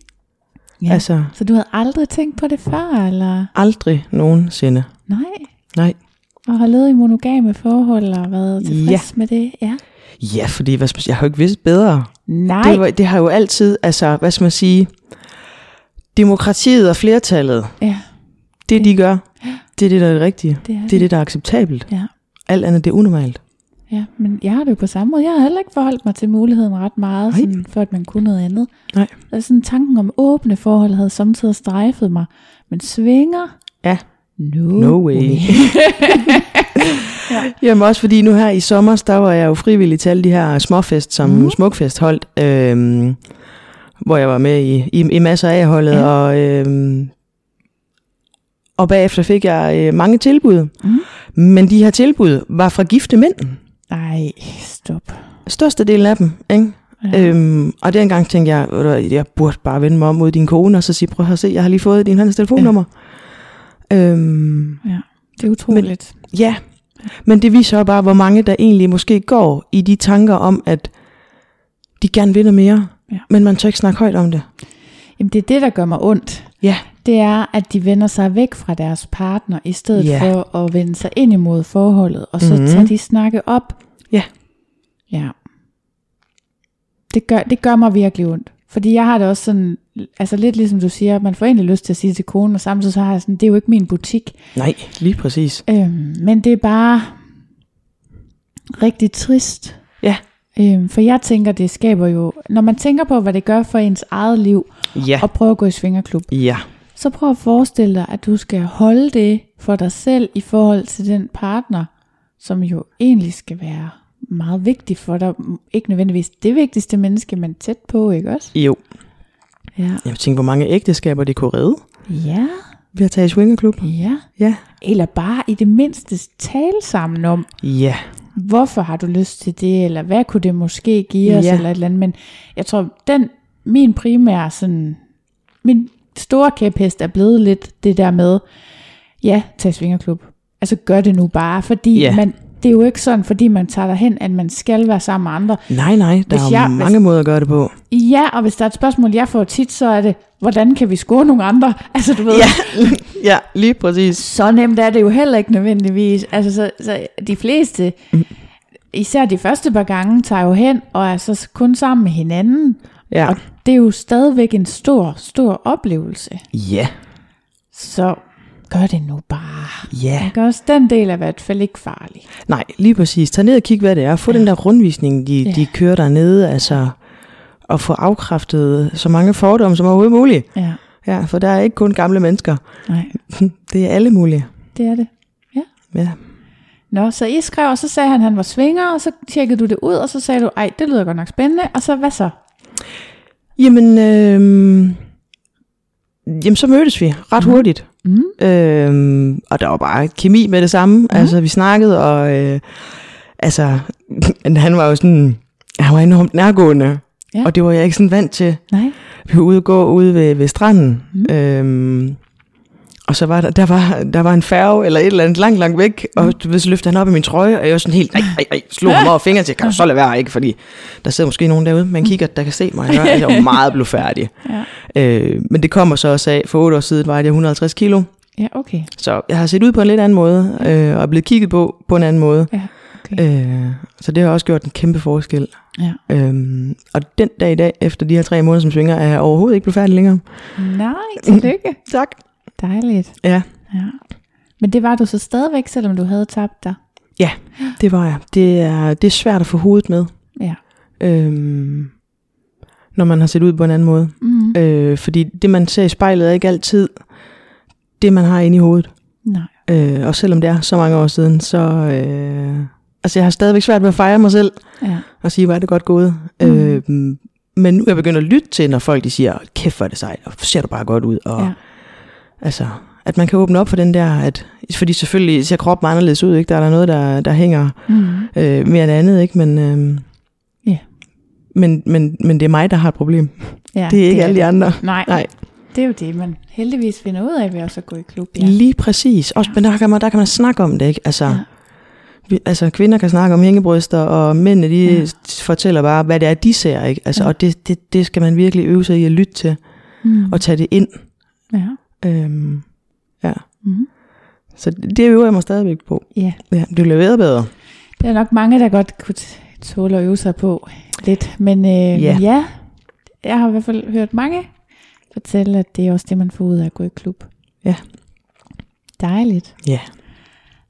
S2: Ja.
S1: Ja. Altså,
S2: Så du havde aldrig tænkt på det før, eller?
S1: aldrig nogensinde.
S2: Nej.
S1: Nej.
S2: Og har levet i monogame forhold og været tilfreds ja. med det? Ja.
S1: Ja, fordi hvad, skal man sige, jeg har jo ikke vidst bedre.
S2: Nej.
S1: Det, var, det har jo altid, altså, hvad skal man sige, demokratiet og flertallet,
S2: Ja,
S1: det de gør, det er det, der er det rigtige.
S2: det er
S1: Det er det, der er acceptabelt.
S2: Ja.
S1: Alt andet, det er unormalt.
S2: Ja, men jeg har det jo på samme måde. Jeg har heller ikke forholdt mig til muligheden ret meget,
S1: Nej.
S2: sådan, for at man kunne noget andet.
S1: Nej.
S2: Altså, sådan, tanken om åbne forhold havde samtidig strejfet mig. Men svinger?
S1: Ja.
S2: No,
S1: No way. Jamen også fordi nu her i sommer, der var jeg jo frivillig til alle de her småfest, som mm. Smukfest holdt, øhm, hvor jeg var med i, i, i masser af holdet,
S2: Ja.
S1: ja. og, øhm, og bagefter fik jeg øh, mange tilbud.
S2: Mhm.
S1: Mm. Men de her tilbud var fra gifte mænd,
S2: [LAUGHS] Nej, stop.
S1: størstedelen af dem, ikke? Ja. Øhm, og dengang tænkte jeg, ved du hvad, jeg burde bare vende mig om mod din kone, og så sige, prøv at se, jeg har lige fået din hans telefonnummer. Ja. Øhm,
S2: Ja, det er utroligt.
S1: Ja, men det viser jo bare, hvor mange der egentlig måske går i de tanker om, at de gerne vil noget mere,
S2: Ja.
S1: men man tør ikke snakke højt om det.
S2: Jamen, det er det, der gør mig ondt.
S1: Ja,
S2: Det er, at de vender sig væk fra deres partner, i stedet
S1: Ja. Mhm.
S2: for at vende sig ind imod forholdet, og så mm-hmm. tager de snakke op.
S1: Ja.
S2: Ja. Det gør, det gør mig virkelig ondt. Fordi jeg har det også sådan, altså lidt ligesom du siger, man får egentlig lyst til at sige til konen, og samtidig så har jeg sådan, det er jo ikke min butik.
S1: nej, lige præcis.
S2: Øhm, men det er bare rigtig trist.
S1: Ja,
S2: Øhm, for jeg tænker, det skaber jo, når man tænker på, hvad det gør for ens eget liv,
S1: ja,
S2: at prøve at gå i svingerklub,
S1: ja,
S2: så prøv at forestille dig, at du skal holde det for dig selv i forhold til den partner, som jo egentlig skal være meget vigtig for dig. Ikke nødvendigvis det vigtigste menneske, men tæt på, ikke også?
S1: jo.
S2: Ja.
S1: Jeg tænker, hvor mange ægteskaber det kunne redde
S2: Ja.
S1: ved at tage i swingerklub.
S2: Ja.
S1: Ja.
S2: Eller bare i det mindste tale sammen om,
S1: Ja,
S2: hvorfor har du lyst til det, eller hvad kunne det måske give os, ja.
S1: Ja.
S2: eller et eller andet. Men jeg tror, den, min primære sådan, min store kæphest er blevet lidt det der med, ja, tag i svingerklub. Altså gør det nu bare, fordi
S1: Ja.
S2: man, det er jo ikke sådan, fordi man tager derhen, at man skal være sammen med andre.
S1: nej, nej, der
S2: Hvis
S1: er jo
S2: jeg-
S1: mange måder at gøre det på.
S2: Ja, og hvis der er et spørgsmål, jeg får tit, så er det, hvordan kan vi score nogle andre? [LAUGHS] Altså du ved, ja.
S1: ja, lige præcis.
S2: så nemt er det jo heller ikke nødvendigvis. Altså, så, så de fleste, især de første par gange, tager jo hen og er så kun sammen med hinanden.
S1: Ja,
S2: Og det er jo stadigvæk en stor, stor oplevelse.
S1: ja,
S2: Så gør det nu bare.
S1: ja.
S2: Jeg gør også den del er i hvert fald ikke farlig.
S1: Nej, lige præcis. Tag ned og kig, hvad det er. Få ja. den der rundvisning, de,
S2: Ja.
S1: ja. de kører dernede, altså, og få afkræftet så mange fordomme som overhovedet muligt.
S2: Ja,
S1: Ja, for der er ikke kun gamle mennesker.
S2: nej,
S1: Det er alle mulige.
S2: det er det. Ja.
S1: Ja.
S2: Nå, så I skrev, og så sagde han, at han var svinger, og så tjekkede du det ud, og så sagde du, ej, det lyder godt nok spændende, og så hvad så?
S1: Jamen, øh, jamen, så mødtes vi ret hurtigt.
S2: Mm.
S1: Øh, og der var bare kemi med det samme. Mm. Altså, vi snakkede, og øh, altså, [LAUGHS] han var jo sådan, han var enormt nærgående.
S2: Ja.
S1: Ja. Og det var jeg ikke sådan vant til.
S2: Nej.
S1: Vi var ude og gå ude ved, ved stranden. Mm. Øhm, og så var der, der, var, der var en færge eller et eller andet langt, langt væk, og du ved, så løftede han op i min trøje, og jeg var sådan helt, nej, nej, nej, slog ham over fingeren til, kan du så lade være, ikke? Fordi der sidder måske nogen derude, man kigger, der kan se mig, ikke? Og jeg [LAUGHS] var meget blufærdig. Mm. ja. øh, men det kommer så også af, for otte år siden vejede jeg 150 kilo,
S2: Ja, okay.
S1: så jeg har set ud på en lidt anden måde, øh, og er blevet kigget på på en anden måde.
S2: Ja, okay.
S1: Øh, så det har også gjort en kæmpe forskel.
S2: Ja.
S1: Øhm, og den dag i dag, efter de her tre måneder som svinger, er jeg overhovedet ikke blevet færdig længere.
S2: Nej, tillykke.
S1: Tak.
S2: Dejligt.
S1: Ja,
S2: Ja. Men det var du så stadigvæk, selvom du havde tabt dig.
S1: det var jeg. Det er, det er svært at få hovedet med,
S2: Ja.
S1: øhm, når man har set ud på en anden måde.
S2: Mm.
S1: Øh, fordi det, man ser i spejlet, er ikke altid det, man har inde i hovedet.
S2: Nej.
S1: Øh, og selvom det er så mange år siden, så... Øh, altså, jeg har stadigvæk svært ved at fejre mig selv
S2: Ja.
S1: og sige, hvor er det godt gået.
S2: Mm.
S1: Mm. Øh, men nu er jeg begyndt at lytte til, når folk de siger, "Hold kæft hvor er det sejt, og ser du bare godt ud. Og,
S2: Ja.
S1: ja. Altså, at man kan åbne op for den der, at, fordi selvfølgelig ser kroppen anderledes ud, ikke? der er der noget, der, der hænger
S2: Mm.
S1: øh, mere end andet, ikke? men... Øh,
S2: Ja.
S1: Men, men, men det er mig, der har et problem.
S2: ja.
S1: det er ikke alle de andre.
S2: Nej.
S1: Nej.
S2: Det er jo det, man heldigvis finder ud af ved også at gå i klub.
S1: Ja. Lige præcis. Også, men der kan, man, der kan man snakke om det, ikke? Altså,
S2: Ja.
S1: ja. vi, altså kvinder kan snakke om hængebryster, og mændene de
S2: Ja.
S1: ja. fortæller bare, hvad det er, de ser, ikke? Altså,
S2: Ja.
S1: ja. Og det, det, det skal man virkelig øve sig i at lytte til,
S2: Mm.
S1: og tage det ind.
S2: Ja.
S1: Øhm, ja.
S2: Mm.
S1: Så det øver jeg mig stadigvæk på.
S2: ja.
S1: Ja, det leverer bedre.
S2: Der er nok mange, der godt kunne t- tåle at øve sig på lidt. Men øh,
S1: Ja.
S2: yeah. ja, jeg har i hvert fald hørt mange fortælle, at det er også det, man får ud af at gå i klub.
S1: Ja.
S2: Dejligt.
S1: Ja.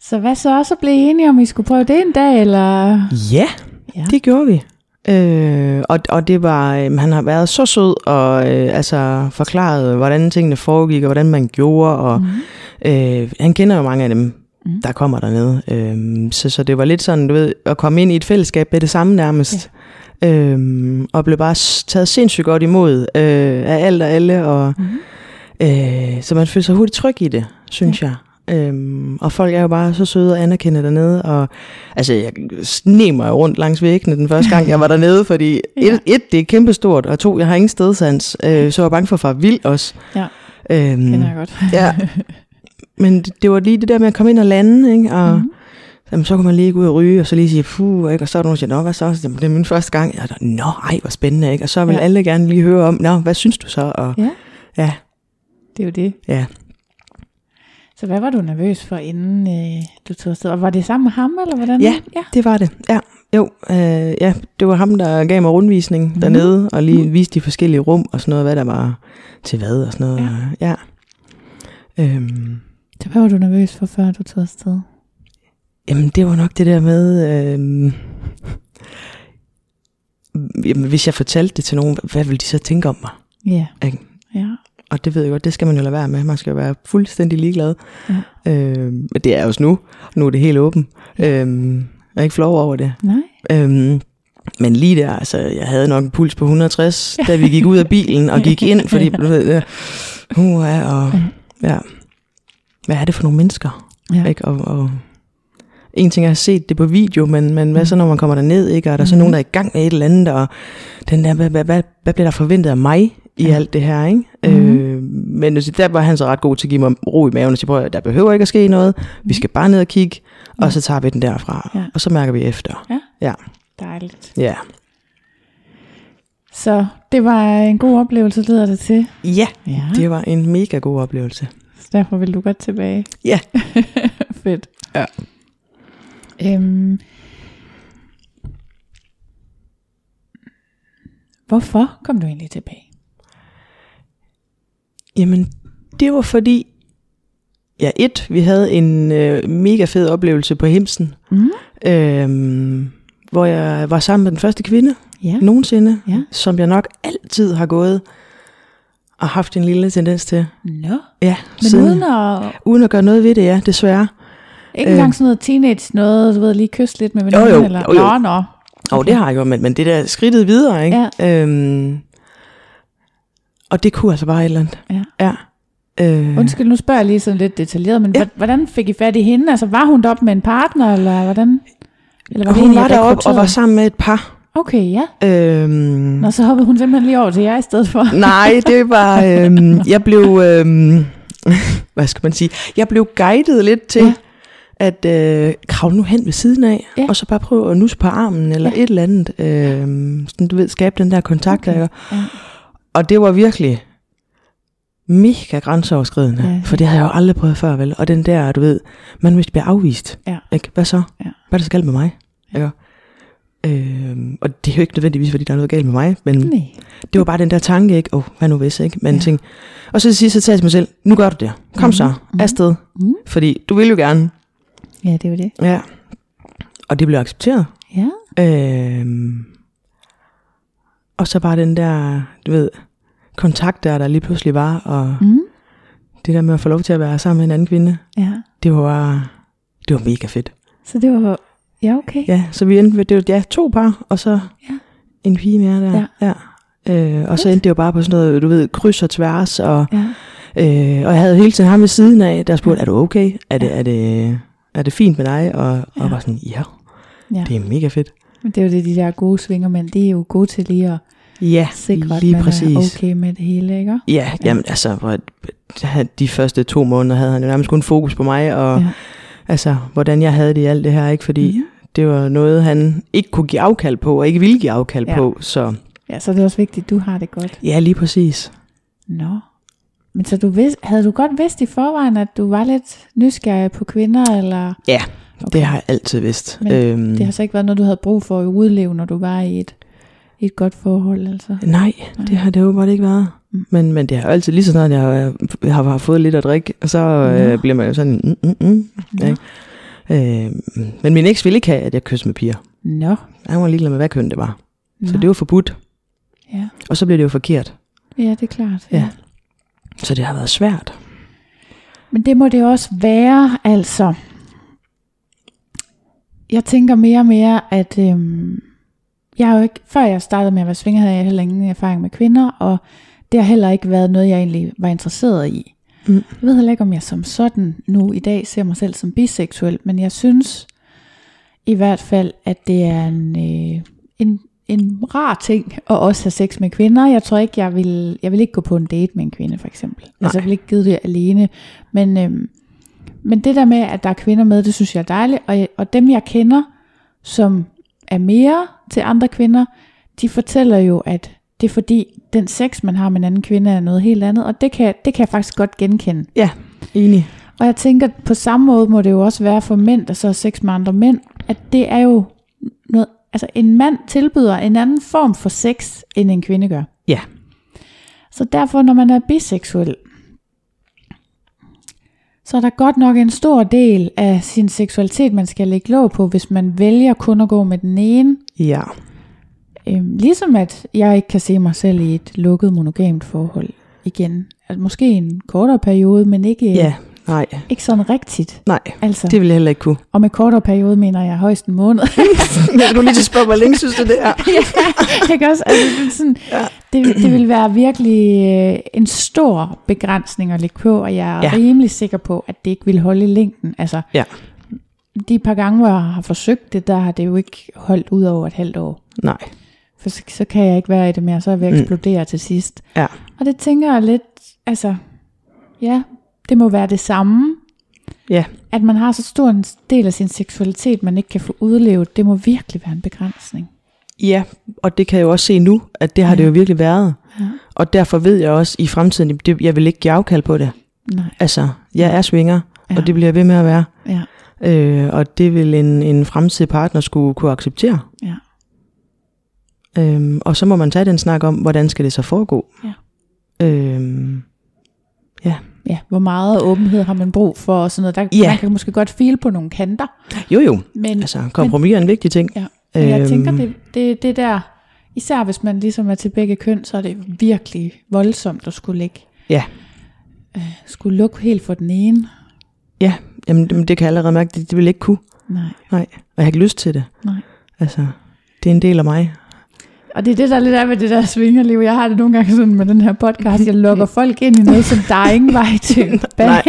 S2: Så hvad så også at blive enige om, I skulle prøve det en dag, eller?
S1: Ja,
S2: Ja.
S1: det gjorde vi. Øh, og, og det var, øh, han har været så sød og øh, altså forklaret, hvordan tingene foregik, og hvordan man gjorde, og
S2: Mhm.
S1: øh, han kender jo mange af dem,
S2: Mhm.
S1: der kommer dernede. Øh, så, så det var lidt sådan, du ved, at komme ind i et fællesskab med det samme nærmest. Øhm, og blev bare s- taget sindssygt godt imod øh, af alt og alle, og,
S2: Mhm.
S1: øh, så man føler sig hurtigt tryg i det, synes ja. jeg. Øhm, og folk er jo bare så søde og anerkender dernede, og altså jeg sneg mig rundt langs væggene den første gang,
S2: [LAUGHS]
S1: jeg var dernede, fordi
S2: Ja.
S1: et, et, det er kæmpestort, og to, jeg har ingen stedsans, øh, så jeg var bange for at fare vild også.
S2: Ja.
S1: øhm,
S2: Kender jeg godt. [LAUGHS]
S1: Ja. Men det, det var lige det der med at komme ind og lande, ikke? Og,
S2: Mhm.
S1: mm-hmm. jamen, så kunne man lige gå ud og ryge, og så lige sige, puh, ikke? og så er der nogen, der siger, nå, hvad så? så? siger jeg, Det er min første gang. Og der, nå, ej, hvor spændende, ikke? Og så vil
S2: Ja.
S1: ja. alle gerne lige høre om, nå, hvad synes du så? Og,
S2: Ja.
S1: ja,
S2: Det er jo det.
S1: ja.
S2: Så hvad var du nervøs for, inden øh, du tog afsted? Og var det sammen med ham, eller hvordan?
S1: Ja.
S2: ja.
S1: Det var det, ja. Jo, øh, ja, det var ham, der gav mig rundvisning mm-hmm. dernede, og lige viste de forskellige rum og sådan noget, hvad der var til hvad og sådan noget. Ja. ja. Øhm,
S2: Så hvad var du nervøs for, før du tog afsted?
S1: Jamen, det var nok det der med, øh, jamen, hvis jeg fortalte det til nogen, hvad ville de så tænke om mig?
S2: Ja.
S1: Ikke?
S2: Ja.
S1: Og det ved jeg godt, det skal man jo lade være med. Man skal jo være fuldstændig ligeglad.
S2: Ja.
S1: Øh, men det er jeg også nu. Nu er det helt åben. Øh, jeg er ikke flov over det.
S2: Nej.
S1: Øhm, men lige der, altså, jeg havde nok en puls på 160, da vi gik ud af bilen og gik ind, fordi, du ved, øh, uh, ja, og, ja, hvad er det for nogle mennesker?
S2: Ja.
S1: Ikke? Og, og, en ting, jeg har set det på video, men, men hvad så, når man kommer derned, ikke? Og er der så
S2: Mhm.
S1: nogen, der er i gang med et eller andet, og den der, hvad, hvad, hvad, hvad bliver der forventet af mig i
S2: Ja.
S1: alt det her, ikke?
S2: Mhm.
S1: Øh, men altså, der var han så ret god til at give mig ro i maven og sige, prøv at høre, der behøver ikke at ske noget, vi skal bare ned og kigge,
S2: Mhm. Ja.
S1: og så tager vi den derfra,
S2: Ja.
S1: og så mærker vi efter.
S2: Dejligt.
S1: Ja.
S2: Så det var en god oplevelse, lyder det til.
S1: Ja,
S2: Ja.
S1: det var en mega god oplevelse.
S2: Så derfor vil du godt tilbage.
S1: Ja.
S2: [LAUGHS] Fedt.
S1: Ja.
S2: Øhm. Hvorfor kom du egentlig tilbage?
S1: Jamen, det var fordi, ja et, vi havde en øh, mega fed oplevelse på Himsen,
S2: Mm.
S1: øhm, hvor jeg var sammen med den første kvinde
S2: Ja.
S1: nogensinde,
S2: Ja.
S1: som jeg nok altid har gået og haft en lille tendens til.
S2: Nå.
S1: Ja,
S2: Men
S1: siden,
S2: uden at,
S1: uden at gøre noget ved det, ja, desværre.
S2: ikke
S1: Øh.
S2: engang sådan noget teenage noget, du ved, lige kysse lidt med
S1: jo,
S2: veninderne? eller?
S1: jo,
S2: Nå,
S1: jo.
S2: nå.
S1: Okay. Og det har jeg jo, men, men det der skridtet videre, ikke? Ja. Øhm, og det kunne altså bare et eller andet.
S2: Ja.
S1: ja. Øh,
S2: Undskyld, nu spørger jeg lige sådan lidt detaljeret, men ja. hvordan fik I fat i hende? Altså, var hun deroppe med en partner, eller hvordan? Eller
S1: og
S2: det
S1: hun
S2: egentlig
S1: var deroppe og
S2: rekrutteret?
S1: var sammen med et par.
S2: Okay, ja.
S1: Øhm,
S2: Nå, så hoppede hun simpelthen lige over til jer i stedet for.
S1: [LAUGHS] nej, det var... Øhm, jeg blev... Øhm, [LAUGHS] hvad skal man sige? Jeg blev guidet lidt til,
S2: Ja.
S1: ja. at øh, kravle nu hen ved siden af,
S2: Ja.
S1: ja. og så bare prøve at nusse på armen, eller
S2: Ja.
S1: ja. et eller andet. Øhm, sådan, du ved, skabe den der kontakt.
S2: Okay.
S1: Okay. Der,
S2: Ja.
S1: og det var virkelig mega grænseoverskridende,
S2: Ja.
S1: ja. for det havde jeg jo aldrig prøvet før, vel? Og den der, du ved, man hvis bliver afvist,
S2: Ja.
S1: ikke? hvad så?
S2: Ja.
S1: Hvad er der skal med mig? Ikke? Øh, og det er jo ikke nødvendigvis, fordi der er noget galt med mig, men
S2: Nej.
S1: det var bare den der tanke, ikke? Åh, oh, hvad nu hvis, ikke? Men
S2: Ja.
S1: ja. tænk, og så til sidst, så sagde jeg til mig selv, nu gør du det. Kom mm. så,
S2: Mhm.
S1: afsted.
S2: Mhm.
S1: Mm. Fordi du vil jo gerne.
S2: Ja, det var det.
S1: Ja. Og det blev accepteret.
S2: Ja.
S1: Øhm, og så bare den der, du ved, kontakt der, der lige pludselig var, og
S2: Mm.
S1: det der med at få lov til at være sammen med en anden kvinde,
S2: Ja.
S1: det var bare, det var mega fedt.
S2: Så det var... Ja, okay.
S1: Ja, så vi endte ved, det var ja, to par, og så
S2: Ja.
S1: ja. en pige mere der. Ja. ja. Øh, og så
S2: Fedt.
S1: endte det jo bare på sådan noget, du ved, kryds og tværs, og,
S2: ja.
S1: øh, og jeg havde jo hele tiden ham ved siden af, der spurgte, er du okay? Er det, er det, er det fint med dig? Og, og
S2: Ja.
S1: var sådan, ja,
S2: Ja.
S1: det er mega fedt.
S2: Men det er jo det, de der gode svingermænd, de er jo gode til lige at
S1: Ja,
S2: sikre, at
S1: lige
S2: man
S1: præcis.
S2: er øh, okay med det hele, ikke?
S1: Ja, jamen altså, hvor- han- de første to måneder havde han jo nærmest kun fokus på mig, og
S2: Ja.
S1: ja. altså, hvordan jeg havde det i alt det her, ikke? Fordi
S2: Mhm.
S1: det var noget, han ikke kunne give afkald på, og ikke ville give afkald
S2: Ja.
S1: ja. på, så
S2: Ja, så er det også vigtigt, at du har det godt.
S1: ja, lige præcis.
S2: Nå. Men så du vidste, havde du godt vidst i forvejen, at du var lidt nysgerrig på kvinder, eller
S1: Ja,
S2: Okay.
S1: okay. det har jeg altid vidst.
S2: Men
S1: øhm,
S2: det har så ikke været noget, du havde brug for at udleve, når du var i et, i et godt forhold, altså?
S1: Nej, det har det åbenbart ikke været.
S2: Mm.
S1: Men, men det har jo altid lige så snart, jeg har, har, har fået lidt at drikke, og så
S2: Nå.
S1: øh, bliver man jo sådan, mm, mm, mm,
S2: Nå.
S1: ikke? Øh, men min eks ville ikke have, at jeg kyssede med piger.
S2: Nå.
S1: Han var ligeglad med, hvad køn det var.
S2: Nå.
S1: Så det var forbudt,
S2: ja.
S1: og så blev det jo forkert.
S2: ja, det er klart.
S1: Ja. Så det har været svært.
S2: Men det må det også være, altså. Jeg tænker mere og mere, at øhm, jeg har jo ikke, før jeg startede med at være svinger, havde jeg heller ingen erfaring med kvinder, og det har heller ikke været noget, jeg egentlig var interesseret i.
S1: Mm.
S2: Jeg ved heller ikke, om jeg som sådan nu i dag ser mig selv som biseksuel, men jeg synes i hvert fald, at det er en, øh, en, en rar ting at også have sex med kvinder. Jeg tror ikke, jeg vil, jeg vil ikke gå på en date med en kvinde, for eksempel. Nej. Altså,
S1: Nej.
S2: jeg vil ikke gide det alene. Men, øhm, men det der med, at der er kvinder med, det synes jeg er dejligt. Og, jeg- og dem, jeg kender, som er mere til andre kvinder, de fortæller jo, at det er fordi, den sex, man har med en anden kvinde, er noget helt andet. Og det kan, det kan jeg faktisk godt genkende.
S1: Ja, enig.
S2: Og jeg tænker, på samme måde må det jo også være for mænd, der så har sex med andre mænd, at det er jo noget, altså en mand tilbyder en anden form for sex, end en kvinde gør.
S1: Ja.
S2: Så derfor, når man er biseksuel, så er der godt nok en stor del af sin seksualitet, man skal lægge låg på, hvis man vælger kun at gå med den ene.
S1: Ja.
S2: Øhm, ligesom at jeg ikke kan se mig selv i et lukket monogamt forhold igen. Altså, måske en kortere periode, men ikke,
S1: Ja, nej.
S2: ikke sådan rigtigt.
S1: Nej,
S2: Altså,
S1: det ville jeg heller ikke kunne.
S2: og med kortere periode mener jeg højst en [LAUGHS] måned.
S1: Jeg kunne lige til at spørge, hvor længe synes du det er?
S2: ikke også? Altså, det, er sådan, ja. det, det vil være virkelig øh, en stor begrænsning at lægge på, og jeg er ja.
S1: Ja.
S2: rimelig sikker på, at det ikke vil holde i længden. Altså,
S1: Ja.
S2: de par gange, hvor jeg har forsøgt det, der har det jo ikke holdt ud over et halvt år.
S1: Nej.
S2: For så, så kan jeg ikke være i det mere, så er jeg ved at
S1: Mm.
S2: eksplodere mm. til sidst.
S1: Ja.
S2: Og det tænker jeg lidt, altså, ja, det må være det samme.
S1: Ja.
S2: At man har så stor en del af sin seksualitet, man ikke kan få udlevet, det må virkelig være en begrænsning.
S1: Ja, og det kan jeg jo også se nu, at det har det jo virkelig været.
S2: Ja.
S1: Og derfor ved jeg også i fremtiden, det, jeg vil ikke give afkald på det.
S2: Nej,
S1: Altså, jeg er svinger, ja.
S2: Ja.
S1: og det bliver jeg ved med at være.
S2: ja,
S1: Øh, og det vil en, en fremtidig partner skulle kunne acceptere.
S2: ja.
S1: Øhm, og så må man tage den snak om, hvordan skal det så foregå.
S2: Ja.
S1: Øhm,
S2: Ja, hvor meget åbenhed har man brug for og sådan noget. Der,
S1: Ja.
S2: Man kan måske godt file på nogle kanter,
S1: jo jo,
S2: men, altså,
S1: altså kompromis er en vigtig ting.
S2: ja. men jeg
S1: Øhm.
S2: tænker, det, det, det der, især hvis man ligesom er til begge køn, så er det virkelig voldsomt at skulle, lægge,
S1: Ja,
S2: skulle lukke helt for den ene.
S1: ja. Jamen, det, det kan jeg allerede mærke, det, det vil jeg ikke kunne.
S2: Nej,
S1: Nej, og jeg har ikke lyst til det.
S2: nej.
S1: Altså, det er en del af mig.
S2: Og det er det, der lidt er med det der svingerliv. Jeg har det nogle gange sådan med den her podcast. Jeg lukker folk ind i noget, som der er ingen vej
S1: [LAUGHS]
S2: tilbage.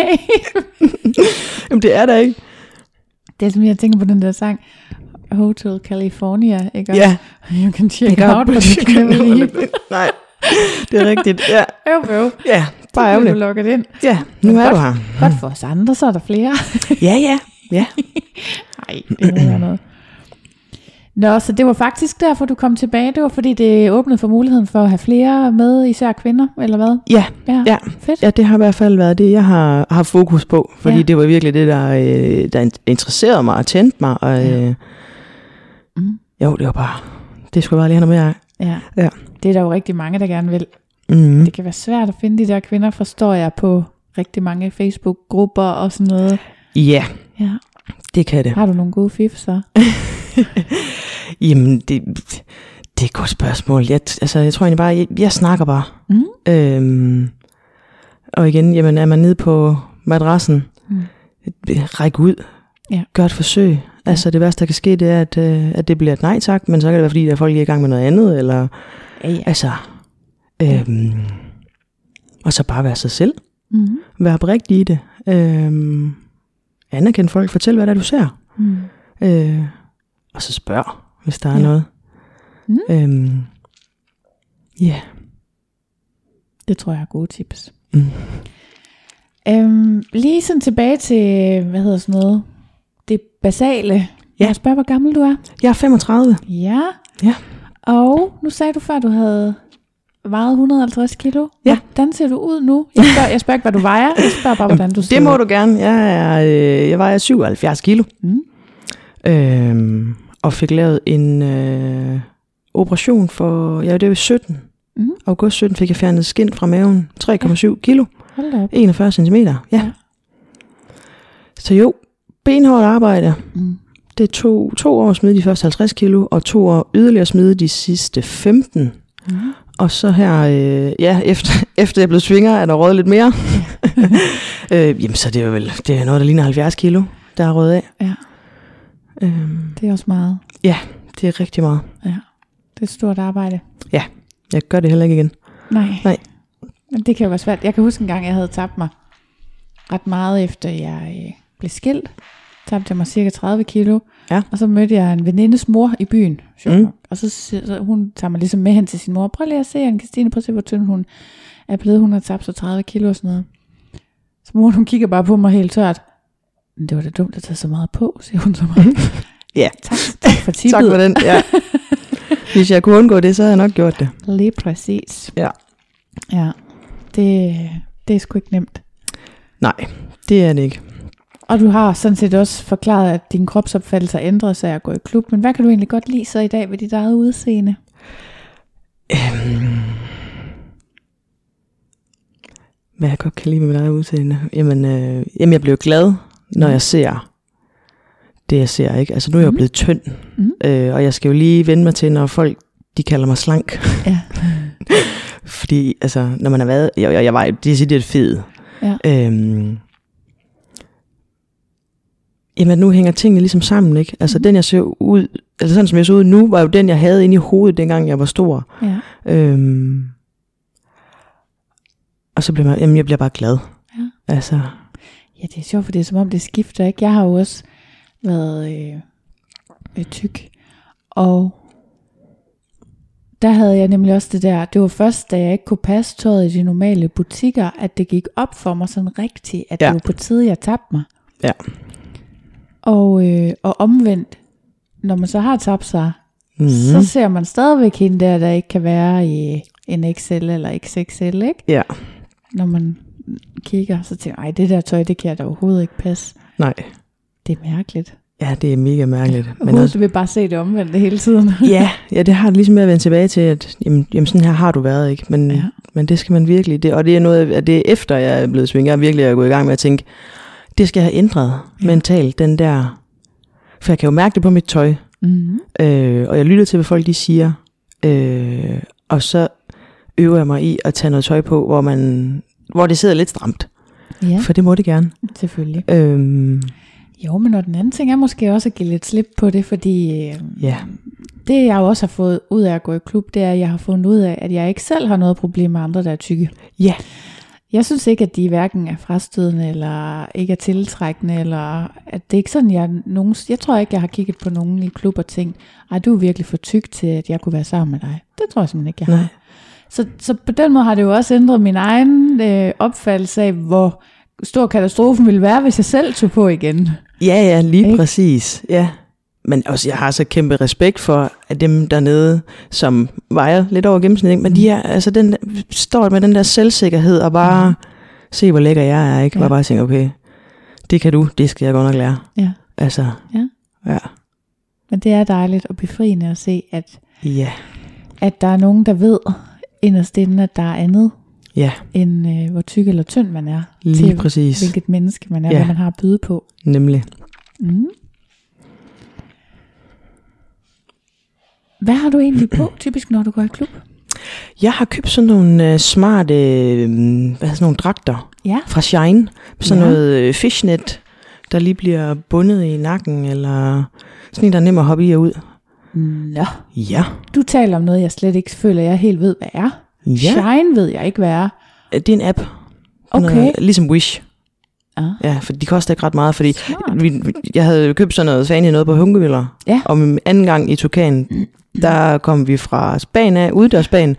S1: Jamen, det er der ikke.
S2: det er som jeg tænker på den der sang. Hotel California, ikke?
S1: Ja.
S2: You can check
S1: Ikke
S2: out,
S1: op.
S2: but you
S1: [LAUGHS]
S2: can never leave.
S1: Nej, det er rigtigt. Ja,
S2: Øv, øv.
S1: ja bare
S2: Bare
S1: ærgerligt.
S2: du lukket ind.
S1: Ja, nu er du her.
S2: Godt for os andre, så er der flere. [LAUGHS]
S1: Ja, ja. Ja,
S2: Nej, det må være noget. Nå, så det var faktisk derfor, du kom tilbage. Det var fordi, det åbnede for muligheden for at have flere med, især kvinder, eller hvad?
S1: ja. Ja.
S2: Fedt.
S1: ja det har i hvert fald været det, jeg har haft fokus på. Fordi
S2: Ja.
S1: ja. det var virkelig det, der, øh, der in- interesserede mig og tændte mig. Og, øh,
S2: Mm.
S1: mm. Jo, det var bare, det skulle bare lige have noget mere af.
S2: Ja.
S1: Ja.
S2: Det er der jo rigtig mange, der gerne vil.
S1: Mm.
S2: Det kan være svært at finde de der kvinder, forstår jeg, på rigtig mange Facebook-grupper og sådan noget.
S1: Ja,
S2: Ja.
S1: det kan det.
S2: Har du nogle gode fifser?
S1: Jamen, det, det er et godt spørgsmål. Jeg, altså, jeg tror egentlig bare, jeg, jeg snakker bare.
S2: Mm.
S1: Øhm, og igen, jamen, er man nede på madrassen,
S2: Mm.
S1: mm. ræk ud,
S2: Ja.
S1: gør et forsøg. Altså det værste, der kan ske, det er, at, øh, at det bliver et nej tak, men så kan det være, fordi der er folk, der er i gang med noget andet, eller
S2: Ja, ja.
S1: altså... Øhm, og så bare være sig selv.
S2: Mm.
S1: Vær oprigtig i det. Øhm, anerkend folk. Fortæl, hvad det er, du ser.
S2: Mm.
S1: Øh, og så spørg, hvis der er
S2: Ja.
S1: noget.
S2: Mm.
S1: Øhm, yeah.
S2: Det tror jeg er gode tips.
S1: Mm.
S2: Øhm, lige sådan tilbage til, hvad hedder sådan noget, det basale. Ja. Jeg spørger, hvor gammel du er.
S1: Jeg er 35.
S2: Ja.
S1: Ja.
S2: Og nu sagde du før, du havde vejet 150 kilo.
S1: Ja.
S2: Hvordan ser du ud nu? Jeg spørger, jeg spørger ikke, hvad du vejer. Jeg spørger bare, hvordan du ser
S1: Det må
S2: ud.
S1: du gerne. Jeg, er, øh, jeg vejer 77 kilo.
S2: Mm.
S1: Øhm, og fik lavet en øh, operation for, ja det var i 17.
S2: Mhm.
S1: August 17 fik jeg fjernet skind fra maven. 3,7 kilo.
S2: Hold da op.
S1: 41 cm. Ja.
S2: Ja.
S1: ja. Så jo, benhårdt arbejde.
S2: Mm.
S1: Det tog to år at smide de første 50 kilo, og to år yderligere at smide de sidste 15.
S2: Mm.
S1: Og så her, øh, ja, efter, [LAUGHS] efter jeg blev svinger, er der røget lidt [LAUGHS] mere. øh, jamen, så det er jo vel, det er noget, der ligner 70 kilo, der er røget af.
S2: Ja,
S1: Øhm,
S2: det er også meget.
S1: det er rigtig meget.
S2: Det er et stort arbejde.
S1: Jeg gør det heller ikke igen.
S2: Nej.
S1: Nej.
S2: Men det kan jo være svært. Jeg kan huske en gang, jeg havde tabt mig ret meget, efter jeg øh, blev skilt. Tabte jeg mig cirka 30 kilo.
S1: Ja.
S2: Og så mødte jeg en venindes mor i byen. sjovt
S1: Mm.
S2: nok. Og så, siger- så, hun tager mig ligesom med hen til sin mor. Prøv lige at se, Anne Christine, prøv at se, hvor tynd hun er blevet. Hun har tabt sig 30 kilo og sådan noget. Så mor, hun kigger bare på mig helt tørt. Men det var da dumt at tage så meget på, siger hun så meget.
S1: [LAUGHS] Ja.
S2: Tak, tak for tippet.
S1: Tak for den. Ja. [LAUGHS] Hvis jeg kunne undgå det, så havde jeg nok gjort det.
S2: Lige præcis.
S1: Ja.
S2: Ja, det, det er sgu ikke nemt.
S1: Nej, det er det ikke.
S2: Og du har sådan set også forklaret, at din kropsopfattelse har ændret sig af at gå i klub. Men hvad kan du egentlig godt lide så i dag ved dit eget udseende?
S1: Øhm, Hvad jeg godt kan lide med mit eget udseende. Jamen, øh, jamen jeg bliver glad, når jeg ser det, jeg ser. ikke. Altså nu er jeg jo
S2: Mhm.
S1: blevet tynd,
S2: Mhm.
S1: øh, og jeg skal jo lige vende mig til, når folk de kalder mig slank.
S2: Ja.
S1: [LAUGHS] Fordi altså, når man har været, jeg, jeg, jeg var jo decideret fed.
S2: Ja.
S1: Øhm, jamen nu hænger tingene ligesom sammen, ikke? Altså
S2: Mhm.
S1: mm. den jeg ser ud, altså sådan som jeg så ud nu, var jo den jeg havde inde i hovedet, dengang jeg var stor.
S2: Ja,
S1: Øhm, og så bliver man, jamen jeg bliver bare glad.
S2: Ja.
S1: Altså,
S2: ja det er sjovt, for det er som om, det skifter. ikke. Jeg har jo også været øh, øh, tyk, og der havde jeg nemlig også det der, det var først, da jeg ikke kunne passe tøjet i de normale butikker, at det gik op for mig sådan rigtigt, at ja.
S1: Ja.
S2: det var på tide, jeg tabte mig.
S1: ja.
S2: Og, øh, og omvendt, når man så har tabt sig,
S1: Mm.
S2: mm. så ser man stadigvæk hende der, der ikke kan være i en XL eller XXL, ikke?
S1: Ja,
S2: Når man kigger, så tænker man, "Ej, det der tøj, det kan jeg da overhovedet ikke passe.
S1: nej.
S2: Det er mærkeligt.
S1: Ja, det er mega mærkeligt.
S2: Men Hovedet vil bare se det omvendte hele tiden. [LAUGHS]
S1: ja, ja, det har det ligesom med at vende tilbage til, at jamen, jamen sådan her har du været, ikke? Men,
S2: Ja.
S1: ja. men det skal man virkelig. Det, og det er noget, at det er efter jeg er blevet svinger, virkelig er gået i gang med at tænke, det skal jeg have ændret ja. mentalt, den der... For jeg kan jo mærke det på mit tøj,
S2: Mm.
S1: øh, og jeg lytter til, hvad folk de siger, øh, og så øver jeg mig i at tage noget tøj på, hvor, man, hvor det sidder lidt stramt.
S2: Ja,
S1: For det må det gerne.
S2: selvfølgelig.
S1: Øhm,
S2: Jo, men og den anden ting er måske også at give lidt slip på det, fordi øh,
S1: ja.
S2: det jeg jo også har fået ud af at gå i klub, det er, at jeg har fundet ud af, at jeg ikke selv har noget problem med andre, der er tykke.
S1: Ja.
S2: Jeg synes ikke, at de hverken er frastødende, eller ikke er tiltrækkende, eller at det er ikke sådan, jeg nogen, jeg tror ikke, jeg har kigget på nogen i klub og tænkt, ej, du er virkelig for tyk til, at jeg kunne være sammen med dig. Det tror jeg simpelthen ikke, jeg har.
S1: Nej.
S2: Så, så på den måde har det jo også ændret min egen øh, opfattelse af, hvor stor katastrofen ville være, hvis jeg selv tog på igen.
S1: Ja, ja, lige
S2: Ikke?
S1: ikke? præcis. Ja. Men også, jeg har så kæmpe respekt for at dem dernede, som vejer lidt over gennemsnittet, ikke? men de er, altså den, står med den der selvsikkerhed og bare mm. se, hvor lækker jeg er, ikke? Ja.
S2: Ja.
S1: Og bare tænker, okay, det kan du, det skal jeg godt nok lære.
S2: Ja.
S1: Altså,
S2: Ja.
S1: ja.
S2: Men men det er dejligt og befriende at se, at,
S1: Ja,
S2: at der er nogen, der ved inderst inden, at der er andet,
S1: ja,
S2: end øh, hvor tyk eller tynd man er.
S1: lige præcis.
S2: hvilket menneske man er, ja.
S1: Ja.
S2: hvad man har at byde på.
S1: Nemlig.
S2: Mm. Hvad har du egentlig
S1: [CLEARS THROAT]
S2: på, typisk når du går i klub?
S1: Jeg har købt sådan nogle øh, smarte, øh, hvad hedder sådan nogle dragter
S2: Ja.
S1: fra Shine. Med sådan
S2: Ja.
S1: ja. noget øh, fishnet, der lige bliver bundet i nakken, eller sådan en, der er nem at hoppe i og ud.
S2: Nå.
S1: Ja.
S2: Du taler om noget, jeg slet ikke føler, jeg helt ved, hvad er.
S1: Ja.
S2: Shine ved jeg ikke, hvad er.
S1: Øh, Det er en app. Sådan
S2: Okay.
S1: Noget, ligesom Wish.
S2: Ah.
S1: Ja, for de koster ikke ret meget, fordi
S2: Smart.
S1: vi, jeg havde jo købt sådan noget fancy noget på Hunkeviller.
S2: Ja.
S1: Og min anden gang i Turkan, der kom vi fra Spanien af, uddørsbanen,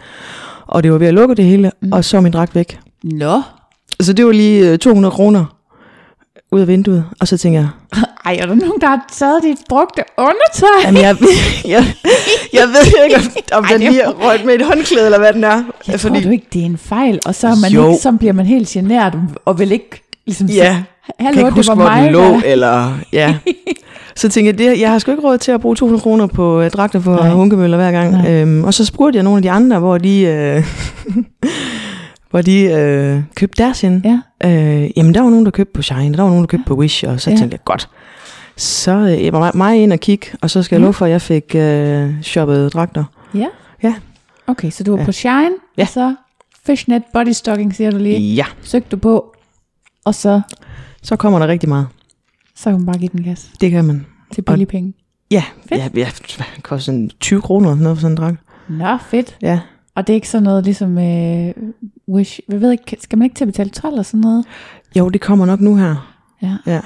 S1: og det var ved at lukke det hele, mm. og så var min dragt væk.
S2: Nå.
S1: Så det var lige øh, 200 kroner ud af vinduet, og så tænker jeg,
S2: Ej, er der nogen, der har taget dit brugte undertøj?
S1: jamen jeg, [LAUGHS] jeg, jeg ved ikke, om, om
S2: Ej,
S1: den
S2: det er-
S1: lige er røget med et håndklæde, eller hvad den er.
S2: Jeg tror du ikke, det er en fejl, og så, er man
S1: Jo.
S2: ikke, så bliver man helt generet, og vil ikke ligesom sige,
S1: ja,
S2: hallo,
S1: kan ikke
S2: det
S1: huske,
S2: var
S1: hvor
S2: mig,
S1: den lå,
S2: der-
S1: eller
S2: [LAUGHS]
S1: ja. Så tænkte jeg, det, jeg har sgu ikke råd til at bruge 200 kroner på øh, dragter for
S2: Nej.
S1: hunkemøller hver gang.
S2: Nej.
S1: Øhm, og så spurgte jeg nogle af de andre, hvor de, øh, [LAUGHS] hvor de øh, købte deres henne.
S2: Ja.
S1: Øh, jamen, der var nogen, der købte på Shine, der var nogen, der købte på Wish, og så
S2: Ja.
S1: ja. tænkte jeg, godt. Så øh, jeg var mig- mig ind og kigge, og så skal jeg
S2: Mm.
S1: love for, at jeg fik øh, shoppet dragter.
S2: Ja?
S1: Ja.
S2: Okay, så du var ja.
S1: Ja.
S2: på Shine, ja.
S1: Ja.
S2: og så Fishnet Body Stocking, siger du lige,
S1: Ja,
S2: søgte du på, og så,
S1: så kommer der rigtig meget.
S2: så kan man bare give den gas
S1: Det kan man.
S2: til billige penge.
S1: Ja,
S2: Fedt.
S1: ja, ja det koster sådan 20 kroner eller sådan noget for sådan en dragt.
S2: Nå, fedt.
S1: Ja.
S2: Og det er ikke sådan noget ligesom øh, Wish. Jeg ved ikke, skal man ikke til at betale 12 eller sådan noget?
S1: Jo, det kommer nok nu her.
S2: Ja.
S1: Ja.
S2: Ja.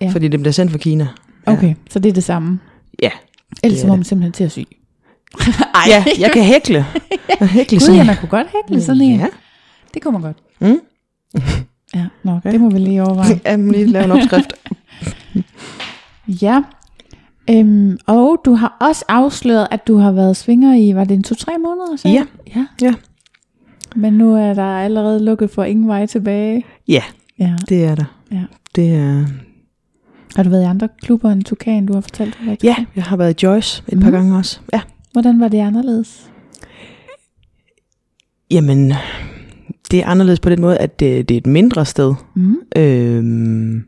S1: ja. Fordi det bliver sendt fra Kina. Ja.
S2: Okay, så det er det samme.
S1: Ja.
S2: Ellers
S1: Det
S2: så
S1: er
S2: må
S1: det.
S2: man simpelthen til at sy.
S1: Ej. Ja, jeg kan
S2: [LAUGHS]
S1: hækle. Jeg kan hækle
S2: Gud,
S1: sådan
S2: ja,
S1: en.
S2: man kunne godt hækle sådan en.
S1: Ja.
S2: Det kunne man godt.
S1: Mm.
S2: ja, nå, det må vi lige
S1: [LAUGHS]
S2: overveje.
S1: Jamen, lige lave en
S2: [LAUGHS]
S1: opskrift.
S2: Ja. Øhm, og du har også afsløret, at du har været svinger i, var det en to-tre måneder? Så?
S1: Ja.
S2: ja.
S1: Ja.
S2: Men nu er der allerede lukket for ingen vej tilbage.
S1: Ja,
S2: Ja.
S1: det er der.
S2: Ja.
S1: Det er...
S2: Har du været i andre klubber end Tukan, du har fortalt? Du har været i
S1: Ja,
S2: Tukan?
S1: jeg har været i Joyce et mm. par
S2: Mhm.
S1: gange også. Ja.
S2: Hvordan var det anderledes?
S1: Jamen, det er anderledes på den måde, at det, det er et mindre sted.
S2: Mm.
S1: Øhm,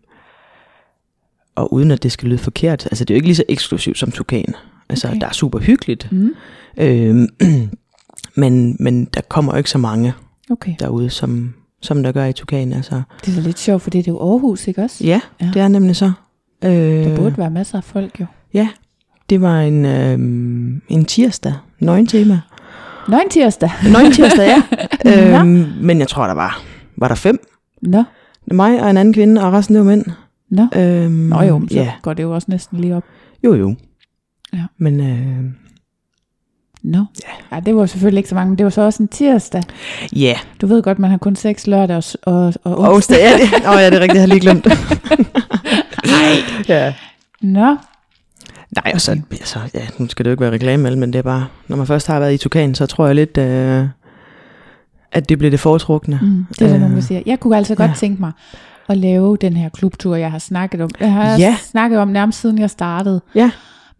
S1: og uden at det skal lyde forkert. Altså, det er jo ikke lige så eksklusivt som Tukan. Altså,
S2: Okay.
S1: okay. der er super hyggeligt.
S2: Mm.
S1: Øhm, [CLEARS THROAT] men, men der kommer jo ikke så mange
S2: Okay.
S1: derude, som, som der gør i Tukan. Altså,
S2: Det er da lidt sjovt, for det er jo Aarhus, ikke også?
S1: ja,
S2: Ja.
S1: ja, det er nemlig så. Øh,
S2: Der burde være masser af folk jo.
S1: Ja, det var en, øh, en tirsdag. Nøgentema.
S2: Nøgen tirsdag.
S1: Nøgen tirsdag, ja.
S2: [LAUGHS] Nå.
S1: øh, men jeg tror, der var, var der fem.
S2: Nå,
S1: Mig og en anden kvinde, og resten det var mænd.
S2: nå.
S1: Øhm,
S2: Nå jo, men så
S1: ja.
S2: går det jo også næsten lige op.
S1: Jo, jo.
S2: Ja.
S1: Men øh,
S2: Nå. Ja. ja, det var selvfølgelig ikke så mange, men det var så også en tirsdag.
S1: ja,
S2: Du ved godt, man har kun seks lørdag og, s- og, og
S1: Og
S2: onsdag.
S1: onsdag, ja, det, [LAUGHS] oh, ja, det er rigtigt, jeg har lige glemt. [LAUGHS] Nej. ja.
S2: Nå,
S1: Nej, og så, altså, ja, nu skal det jo ikke være reklame, vel, men det er bare, når man først har været i Tukan, så tror jeg lidt, øh, at det bliver det foretrukne.
S2: mm, det er der
S1: Øh.
S2: nogen, der siger. Jeg kunne altså godt
S1: Ja.
S2: tænke mig at lave den her klubtur, jeg har snakket om. Jeg har
S1: Ja.
S2: snakket om nærmest siden jeg startede
S1: Ja,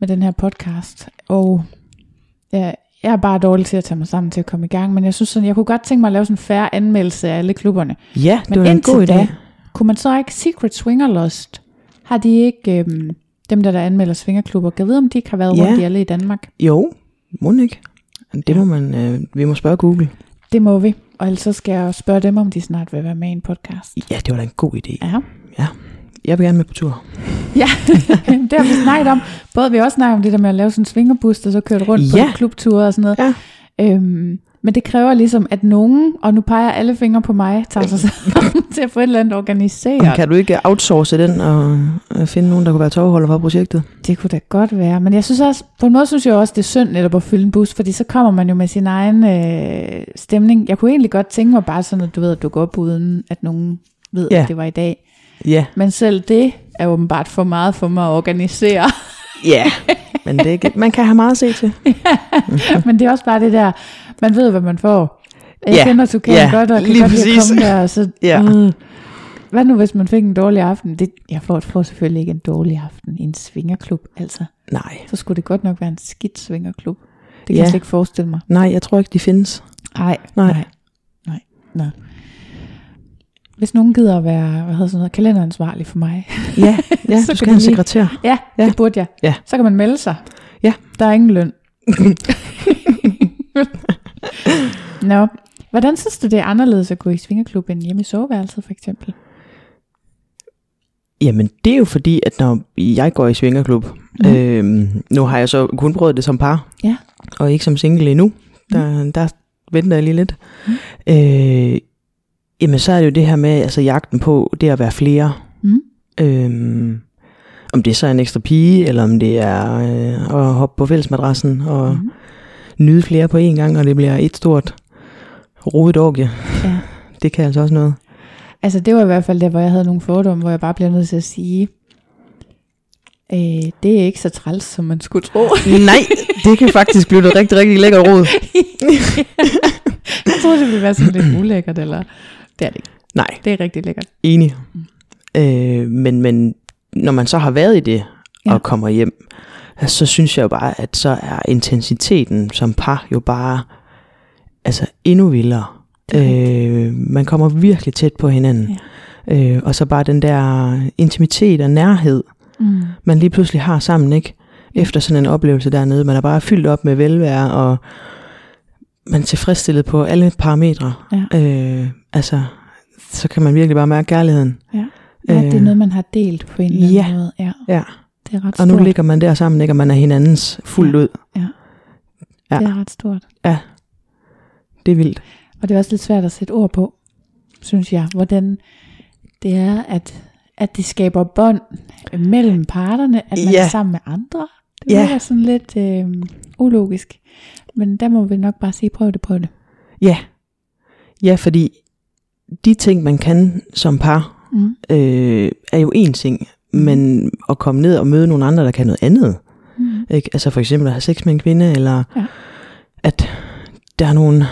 S2: med den her podcast. Og ja, jeg er bare dårlig til at tage mig sammen til at komme i gang, men jeg synes sådan, jeg kunne godt tænke mig at lave sådan en færre anmeldelse af alle klubberne.
S1: ja det
S2: Men
S1: var da en
S2: indtil
S1: god idé.
S2: da, kunne man så ikke Secret Swinger Lost? Har de ikke, øhm, dem der, der anmelder svingerklubber, kan vide, om de ikke har været
S1: Ja.
S2: rundt i alle i Danmark?
S1: Jo, må den ikke. Det må man, øh, vi må spørge Google.
S2: Det må vi, og ellers så skal jeg jo spørge dem, om de snart vil være med i en podcast.
S1: Ja, det var da en god idé.
S2: Ja,
S1: Ja, jeg vil gerne med på tur.
S2: ja. [LAUGHS] det har vi snakket om. Både vi har også snakket om det der med at lave sådan en svingerbus, der så kørte rundt ja.
S1: Ja.
S2: på klubture og sådan noget.
S1: Ja.
S2: Øhm, men det kræver ligesom, at nogen, og nu peger alle fingre på mig, tager sig sammen [LAUGHS] til at få et eller andet organiseret.
S1: Kan du ikke outsource den og øh, finde nogen, der kunne være tovholder for projektet?
S2: Det kunne da godt være, men jeg synes også, på en måde synes jeg også, det er synd netop at fylde en bus, fordi så kommer man jo med sin egen øh, stemning. Jeg kunne egentlig godt tænke mig bare sådan, at du ved, at du går op uden, at nogen ved, ja.
S1: Ja.
S2: at det var i dag.
S1: Ja.
S2: Men selv det er åbenbart for meget for mig at organisere.
S1: Ja, [LAUGHS] men det er ikke, man kan have meget at se til.
S2: [LAUGHS] men det er også bare det der, man ved, hvad man får. Jeg
S1: Ja,
S2: kender Tukan
S1: ja,
S2: godt, og kan
S1: lige
S2: godt lide at
S1: præcis.
S2: komme der, og så,
S1: Ja.
S2: øh, hvad nu, hvis man fik en dårlig aften? Det, jeg får, får selvfølgelig ikke en dårlig aften i en svingerklub, altså.
S1: Nej.
S2: Så skulle det godt nok være en skidt svingerklub. Det kan ja. jeg
S1: Ja.
S2: slet ikke forestille mig.
S1: Nej, jeg tror ikke, de
S2: [LAUGHS]
S1: findes.
S2: Ej,
S1: Nej.
S2: nej, nej, nej. Hvis nogen gider at være, hvad hedder sådan noget, kalenderansvarlig for mig.
S1: Ja,
S2: [LAUGHS]
S1: ja
S2: Så kan
S1: du skal
S2: de
S1: have en
S2: lige-
S1: sekretær.
S2: Ja, ja,
S1: Ja.
S2: det burde jeg.
S1: Ja.
S2: Så kan man melde sig.
S1: Ja.
S2: Der er ingen [LAUGHS] løn. Nå, hvordan synes du, det er anderledes at gå i svingerklub end hjemme i soveværelset for eksempel?
S1: Jamen, det er jo fordi, at når jeg går i svingerklub, mm. øhm, nu har jeg så kun prøvet det som par,
S2: Mhm. Ja. Mhm.
S1: og ikke som single endnu. Der, mm. der venter jeg lige lidt.
S2: Mm.
S1: Øh, jamen, så er det jo det her med, altså jagten på, det at være flere.
S2: Mm.
S1: Øhm, om det så er en ekstra pige, eller om det er øh, at hoppe på fællesmadrassen og
S2: Mhm.
S1: mm. nyde flere på én gang, og det bliver et stort rodet orgie.
S2: Ja.
S1: Det kan altså også noget.
S2: Altså det var i hvert fald der, hvor jeg havde nogle fordomme, hvor jeg bare blev nødt til at sige, øh, det er ikke så træls, som man skulle [LAUGHS] tro.
S1: Nej, det kan faktisk blive noget rigtig, rigtig lækker rod.
S2: jeg troede, det ville være sådan lidt ulækkert, eller det er det ikke.
S1: Nej,
S2: Det er rigtig lækkert.
S1: Enig. Øh, men, men når man så har været i det og
S2: Ja.
S1: kommer hjem, så synes jeg jo bare, at så er intensiteten som par jo bare altså endnu vildere.
S2: Det er
S1: Øh, man kommer virkelig tæt på hinanden. Ja. Øh, og så bare den der intimitet og nærhed,
S2: Mm.
S1: man lige pludselig har sammen, ikke? Efter sådan en oplevelse dernede. Man er bare fyldt op med velvære, og man er tilfredsstillet på alle parametre.
S2: Ja.
S1: Øh, altså, så kan man virkelig bare mærke kærligheden.
S2: Ja, det er
S1: Øh.
S2: noget, man har delt på en eller anden
S1: Ja.
S2: måde. Ja,
S1: Ja.
S2: det er ret
S1: Og
S2: stort.
S1: nu ligger man der sammen, ikke? Og man er hinandens fuldt
S2: Ja.
S1: ud.
S2: Det er ret stort.
S1: Det er vildt.
S2: Og det er også lidt svært at sætte ord på, synes jeg, hvordan det er, at, at det skaber bånd mellem parterne, at man
S1: Ja.
S2: er sammen med andre. Det
S1: Ja.
S2: virker sådan lidt øh, ulogisk. Men der må vi nok bare sige, prøv det, prøv det.
S1: Ja. Ja, fordi de ting, man kan som par,
S2: Mm.
S1: øh, er jo én ting. Men at komme ned og møde nogle andre, der kan noget andet.
S2: Mm.
S1: Ikke? Altså for eksempel at have sex med en kvinde, eller
S2: Ja.
S1: ja. at der er nogle,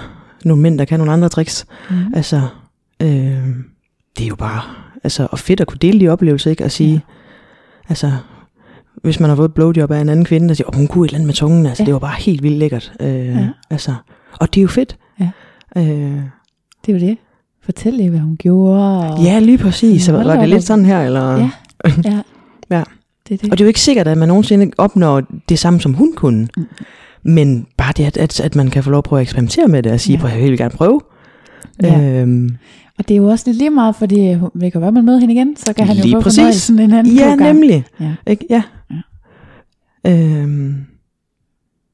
S1: nogle mænd, der kan nogle andre tricks.
S2: Mm.
S1: Altså, øh, det er jo bare altså, og fedt at kunne dele de oplevelser, ikke? Og sige,
S2: Ja.
S1: ja. altså, hvis man har fået et blowjob af en anden kvinde, der siger, åh, hun kunne et eller andet med tungen, altså,
S2: Ja.
S1: ja. det var bare helt vildt lækkert. Øh,
S2: Ja.
S1: ja. altså, og det er jo fedt.
S2: Ja.
S1: Øh,
S2: Det er jo det. Fortæl lige, hvad hun gjorde. Og...
S1: ja, lige præcis. Så var,
S2: Hold da
S1: var det
S2: op.
S1: lidt sådan her, eller?
S2: Ja. ja.
S1: Ja.
S2: Det er det.
S1: Og det er jo ikke sikkert, at man nogensinde opnår det samme, som hun kunne.
S2: Mm.
S1: Mm. Men bare det, at, at, at man kan få lov at prøve at eksperimentere med det, og sige,
S2: Ja.
S1: ja. jeg vil gerne prøve.
S2: Ja.
S1: Øhm,
S2: Og det er jo også lidt lige meget, fordi hun- det kan være, man møder hende igen, så kan han jo
S1: Lige
S2: få
S1: præcis.
S2: fornøjelsen en anden
S1: ja,
S2: god gang.
S1: nemlig.
S2: Ja.
S1: Ikke? Ja.
S2: Ja.
S1: Øhm,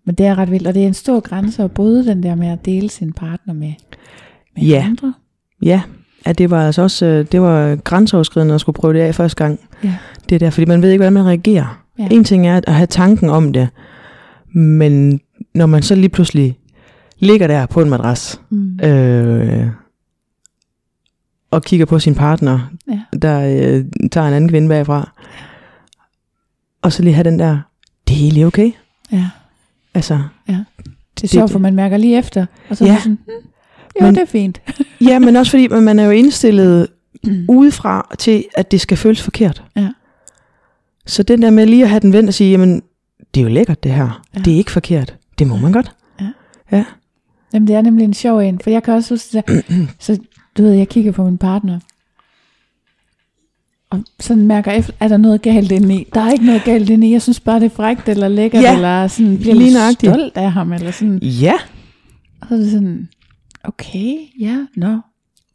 S2: Men det er ret vildt, og det er en stor grænse at bryde den der med at dele sin partner med, med
S1: Ja.
S2: andre.
S1: ja, at det var altså også øh, det var grænseoverskridende at skulle prøve det af første gang.
S2: Ja.
S1: Det der, fordi man ved ikke, hvordan man reagerer.
S2: Ja.
S1: En ting er at at have tanken om det, men når man så lige pludselig ligger der på en madras,
S2: Mm.
S1: øh, og kigger på sin partner,
S2: Ja.
S1: der øh, tager en anden kvinde bagfra, og så lige have den der, det er egentlig okay.
S2: Ja.
S1: Altså,
S2: Det er sjovt, for man mærker lige efter, og så ja. er
S1: Ja.
S2: man sådan, hm, jo,
S1: Men-
S2: det er
S1: [CLEARS THROAT]
S2: fint. [CLEARS THROAT]
S1: ja, men også fordi man er jo indstillet udefra til, at det skal føles forkert.
S2: Ja.
S1: Så den der med lige at have den vendt og sige, jamen, det er jo lækkert det her.
S2: Ja.
S1: Ja. Det er ikke forkert. Det må man godt.
S2: Jamen, det er nemlig en sjov en, for jeg kan også huske det
S1: [CLEARS THROAT]
S2: der. Så du ved, jeg kigger på min partner, og sådan mærker jeg, efter, er der noget galt inde i? Der er ikke noget galt inde i, jeg synes bare, det er frækt eller lækkert,
S1: Ja.
S2: eller sådan, bliver
S1: Lige
S2: lidt
S1: nøjagtigt.
S2: stolt af ham, eller sådan.
S1: Ja.
S2: Og så er det sådan, okay, ja, nå.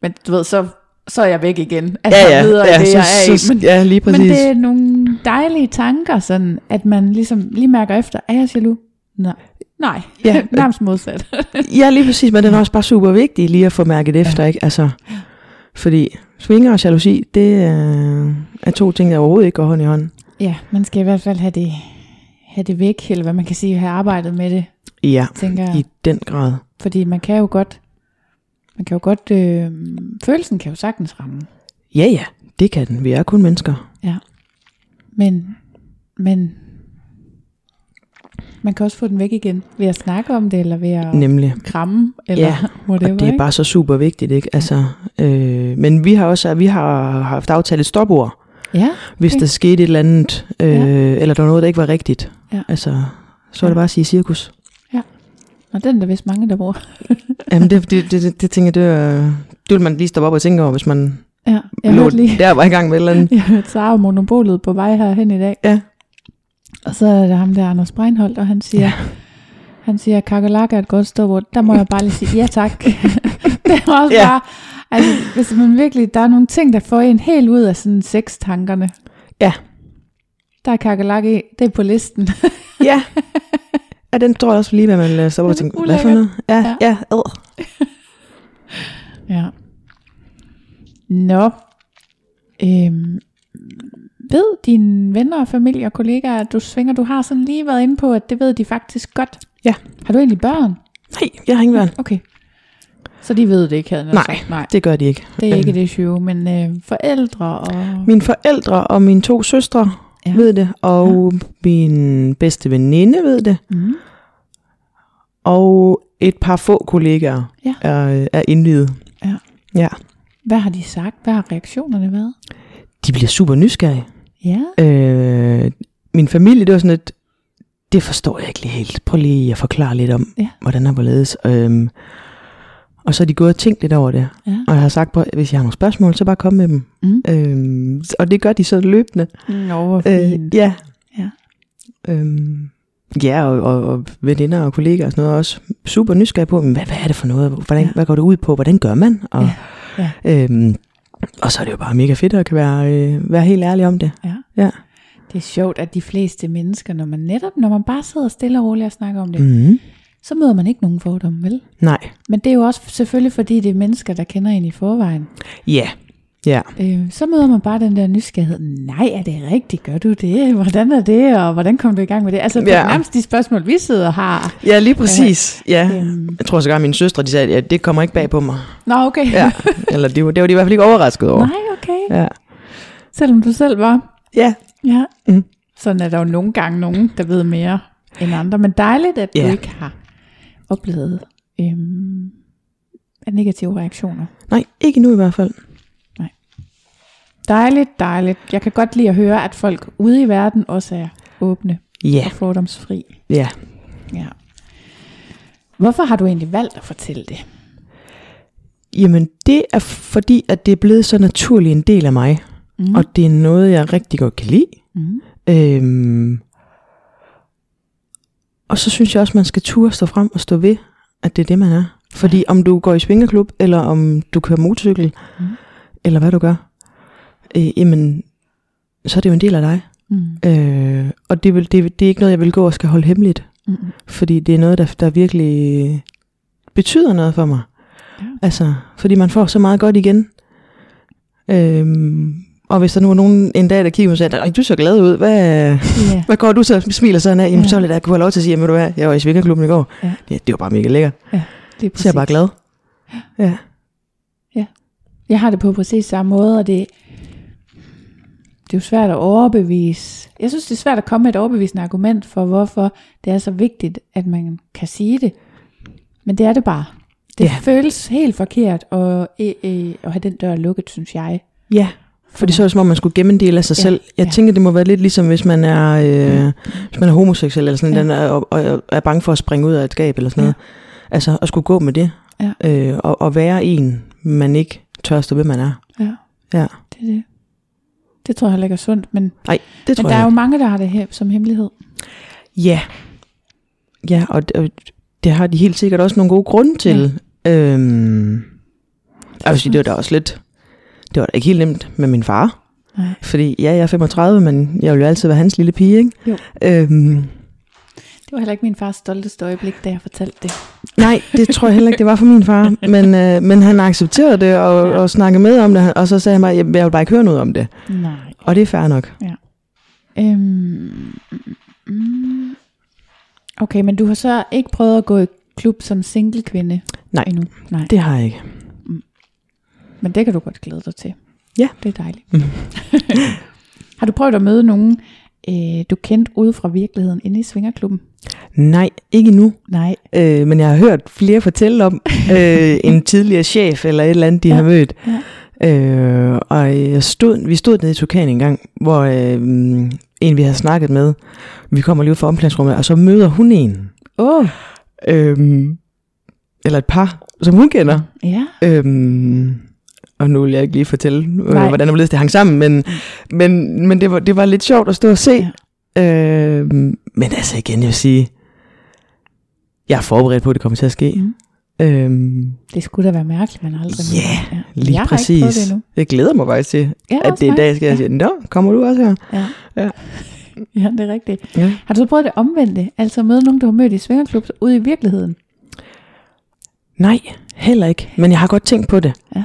S2: Men du ved, så, så er jeg væk igen. Altså,
S1: Ja, ja.
S2: videre i
S1: ja,
S2: det, jeg er i.
S1: så,
S2: Men,
S1: ja lige præcis.
S2: men det er nogle dejlige tanker, sådan, at man ligesom lige mærker efter, er jeg jaloux? Nej. Nej, ja.
S1: Ja.
S2: nærmest modsat.
S1: Ja, lige præcis, men den er også bare super vigtig lige at få mærket efter, ikke? Altså, fordi swinger og jalousi, det øh, er to ting, der overhovedet ikke går hånd i hånd.
S2: [LAUGHS] ja, man skal i hvert fald have det, have det væk, eller hvad man kan sige, have arbejdet med det,
S1: Ja,
S2: tænker jeg.
S1: i den grad.
S2: Fordi man kan jo godt, man kan jo godt, øh, følelsen kan jo sagtens ramme.
S1: Ja, ja, det kan den. Vi er kun mennesker.
S2: Ja. Men, men man kan også få den væk igen ved at snakke om det, eller ved at
S1: Nemlig.
S2: kramme, eller
S1: Ja,
S2: whatever.
S1: Og det er
S2: ikke?
S1: bare så super vigtigt, ikke? Altså, øh, men vi har også vi har haft aftalt et stopord,
S2: ja,
S1: hvis
S2: Okay.
S1: der skete et eller andet, øh,
S2: Ja.
S1: eller der var noget, der ikke var rigtigt.
S2: Ja.
S1: Altså, så er det bare at sige cirkus.
S2: Og den er der vist mange, der bruger.
S1: Jamen, det, det, det, det, det tænker jeg, det, er- det vil man lige stoppe op og tænke over, hvis man
S2: Ja, jeg
S1: lå
S2: hørte lige,
S1: der var i gang med et eller
S2: [LAUGHS]
S1: andet.
S2: jeg hørte Sara og Monopolet på vej herhen i dag.
S1: Ja.
S2: Og så er der ham der, Anders Breinholt, og han siger, ja. han siger, kakalak er et godt ståbord. Der må jeg bare lige sige, ja tak. det er også
S1: Ja.
S2: ja. bare, altså, hvis man virkelig, der er nogle ting, der får en helt ud af sådan sextankerne.
S1: Ja.
S2: Der er kakalak i, det er på listen.
S1: Ja. ja, den tror jeg også lige, hvad man lader stoppe og
S2: Den er
S1: tænke, hvad for
S2: ulækker.
S1: noget? Ja,
S2: Ja.
S1: ja, ad.
S2: ja. Nå. Øhm, ved dine venner og familie og kollegaer, at du svinger, du har sådan lige været inde på, at det ved de faktisk godt.
S1: Ja.
S2: Har du egentlig børn?
S1: Nej, jeg har ingen børn.
S2: Okay. Så de ved det ikke, havde jeg
S1: Nej,
S2: nok sagt. Nej,
S1: Det gør de ikke.
S2: det er ikke det issue, men øh, forældre og...
S1: Mine forældre og mine to søstre
S2: Ja.
S1: ja. ved det, og ja. min bedste veninde ved det,
S2: Mm.
S1: og et par få kollegaer
S2: Ja.
S1: er, er indvidet.
S2: Ja.
S1: ja.
S2: Hvad har de sagt? Hvad har reaktionerne været?
S1: De bliver super nysgerrige.
S2: Ja,
S1: Øh, min familie, det var sådan et, det forstår jeg ikke lige helt. Prøv lige at forklare lidt om,
S2: Ja.
S1: ja. hvordan der var ledes. Øhm, og så er de gået og tænkt lidt over det.
S2: ja.
S1: Og jeg har sagt, "Prøv- hvis jeg har nogle spørgsmål, så bare kom med dem.
S2: Mm.
S1: Øhm, og det gør de så løbende.
S2: Nå, hvor
S1: Øh,
S2: fint.
S1: ja.
S2: Ja.
S1: Øhm, ja, og, og, og veninder og kollegaer og sådan noget er også super nysgerrige på, men hvad, hvad er det for noget? Hvordan,
S2: Ja.
S1: ja. Hvad går det ud på? Hvordan gør man? Og,
S2: Ja, ja.
S1: Øhm, og så er det jo bare mega fedt at kan være, øh, være helt ærlig om det.
S2: Det er sjovt, at de fleste mennesker, når man netop, når man bare sidder stille og roligt og snakker om det, mm.
S1: Mm-hmm.
S2: så møder man ikke nogen fordomme, vel?
S1: Nej.
S2: Men det er jo også selvfølgelig, fordi det er mennesker, der kender en i forvejen.
S1: Ja. Ja.
S2: Øh, så møder man bare den der nysgerrighed. Nej, er det rigtigt? Gør du det? Hvordan er det? Og hvordan kom du i gang med det? Altså, det er
S1: Ja.
S2: nærmest de spørgsmål, vi sidder og har.
S1: Ja, lige præcis. Ja.
S2: Øhm.
S1: Jeg tror sågar, at mine søstre de sagde, at ja, det kommer ikke bag på mig.
S2: Nå, okay.
S1: Ja. Eller det var, det var de i hvert fald ikke overrasket over.
S2: Nej, okay.
S1: Ja.
S2: Selvom du selv var.
S1: ja.
S2: Ja.
S1: Mm.
S2: Sådan er der jo nogle gange nogen, der ved mere end andre. Men dejligt, at du
S1: Ja.
S2: ikke har oplevet øhm, negative reaktioner.
S1: Nej, ikke nu i hvert fald.
S2: Dejligt, dejligt. Jeg kan godt lide at høre, at folk ude i verden også er åbne
S1: Ja.
S2: og fordomsfri.
S1: Ja.
S2: Ja. Hvorfor har du egentlig valgt at fortælle det?
S1: Jamen, det er fordi, at det er blevet så naturlig en del af mig.
S2: Mm.
S1: Mm. Og det er noget, jeg rigtig godt kan lide.
S2: Mm.
S1: Øhm, og så synes jeg også, man skal turde stå frem og stå ved, at det er det, man er. Fordi om du går i svingerklub, eller om du kører motorcykel,
S2: Mm.
S1: mm. eller hvad du gør, øh, jamen, så er det jo en del af dig.
S2: Mm.
S1: Øh, og det, vil, det, det er ikke noget, jeg vil gå og skal holde hemmeligt.
S2: Mm.
S1: Fordi det er noget, der, der virkelig betyder noget for mig.
S2: Ja.
S1: Ja. Altså, fordi man får så meget godt igen. Øhm, og hvis der nu er nogen en dag, der kigger og siger, "Ej, du ser glad ud, hvad,
S2: Ja.
S1: hvad går du så smiler sådan af? Jamen,
S2: Ja.
S1: så ville jeg da kunne have lov til at sige, jamen, ved du hvad, jeg var i Svingerklubben i går.
S2: Ja.
S1: Ja. ja. det var bare mega lækkert.
S2: Det er
S1: Så er jeg bare glad. Ja.
S2: Jeg har det på præcis samme måde, og det, det er jo svært at overbevise. Jeg synes, det er svært at komme med et overbevisende argument for, hvorfor det er så vigtigt, at man kan sige det. Men det er det bare. Det
S1: Ja.
S2: føles helt forkert at, øh, øh, at have den dør lukket, synes jeg.
S1: Ja. Fordi så er det som om, man skulle gemme en del af sig
S2: Ja,
S1: ja, selv. Jeg
S2: ja. Mm.
S1: ja. tænker, det må være lidt ligesom, hvis man er, øh, hvis man er homoseksuel eller sådan,
S2: Ja.
S1: ja. den er, og, og er bange for at springe ud af et gab eller sådan
S2: Ja.
S1: ja. noget. Altså, at skulle gå med det.
S2: Ja.
S1: Øh, og, og være en, man ikke tør stå ved, man er.
S2: Ja,
S1: Ja.
S2: det er det. Det tror jeg heller ikke er sundt, men,
S1: Nej, det tror
S2: men der
S1: jeg
S2: er jo
S1: ikke.
S2: mange, der har det her som hemmelighed.
S1: Ja. Ja, og det, det har de helt sikkert også nogle gode grunde til. Ja. Øhm, jeg vil sige, det var da også lidt... Det var da ikke helt nemt med min far.
S2: Nej.
S1: Fordi ja, jeg er 35, men jeg vil jo altid være hans lille pige, ikke?
S2: Jo.
S1: Øhm,
S2: Det var heller ikke min fars stolteste øjeblik, da jeg fortalte det.
S1: Nej, det tror jeg heller ikke, det var for min far. Men, øh, men han accepterede det og, og snakkede med om det. Og så sagde han bare, "Jamen, jeg vil bare ikke høre noget om det.
S2: Nej.
S1: Og det er fair nok.
S2: Øhm, mm. okay, men du har så ikke prøvet at gå i klub som single kvinde
S1: Nej.
S2: endnu? Nej. Det.
S1: Det har jeg ikke.
S2: Men det kan du godt glæde dig til.
S1: Ja.
S2: Det er dejligt. [LAUGHS] har du prøvet at møde nogen, øh, du kendte ude fra virkeligheden inde i Svingerklubben?
S1: Nej, ikke nu.
S2: Nej. [LAUGHS]
S1: Øh, men jeg har hørt flere fortælle om øh, en tidligere chef eller et eller andet, de
S2: Ja,
S1: har mødt. Øh, og jeg stod, vi stod nede i Turkan en gang, hvor øh, en vi havde snakket med, vi kommer lige ud fra omklædningsrummet, og så møder hun en,
S2: Åh, oh,
S1: øh, eller et par, som hun kender.
S2: ja.
S1: Øhm, og nu vil jeg ikke lige fortælle, øh,
S2: Nej.
S1: hvordan og hvorledes det hang sammen, men, men, men det, var, det var lidt sjovt at stå og se. Ja. Øhm, men altså igen, jeg vil sige, jeg er forberedt på, at det kommer til at ske.
S2: Mm.
S1: Øhm,
S2: Det skulle da være mærkeligt, man aldrig
S1: Ja,
S2: yeah,
S1: lige
S2: jeg
S1: præcis.
S2: Jeg har ikke prøvet det endnu.
S1: jeg glæder mig faktisk til,
S2: Ja,
S1: at
S2: også
S1: det er i
S2: mig.
S1: dag, skal jeg
S2: ja.
S1: sige, nå, kommer du også her?
S2: Ja.
S1: Ja.
S2: Ja. ja, det er rigtigt.
S1: Ja.
S2: Har du så prøvet det omvendte? Altså møde nogen, du har mødt i svingerklub ude i virkeligheden?
S1: Nej, heller ikke. Men jeg har godt tænkt på det.
S2: Ja.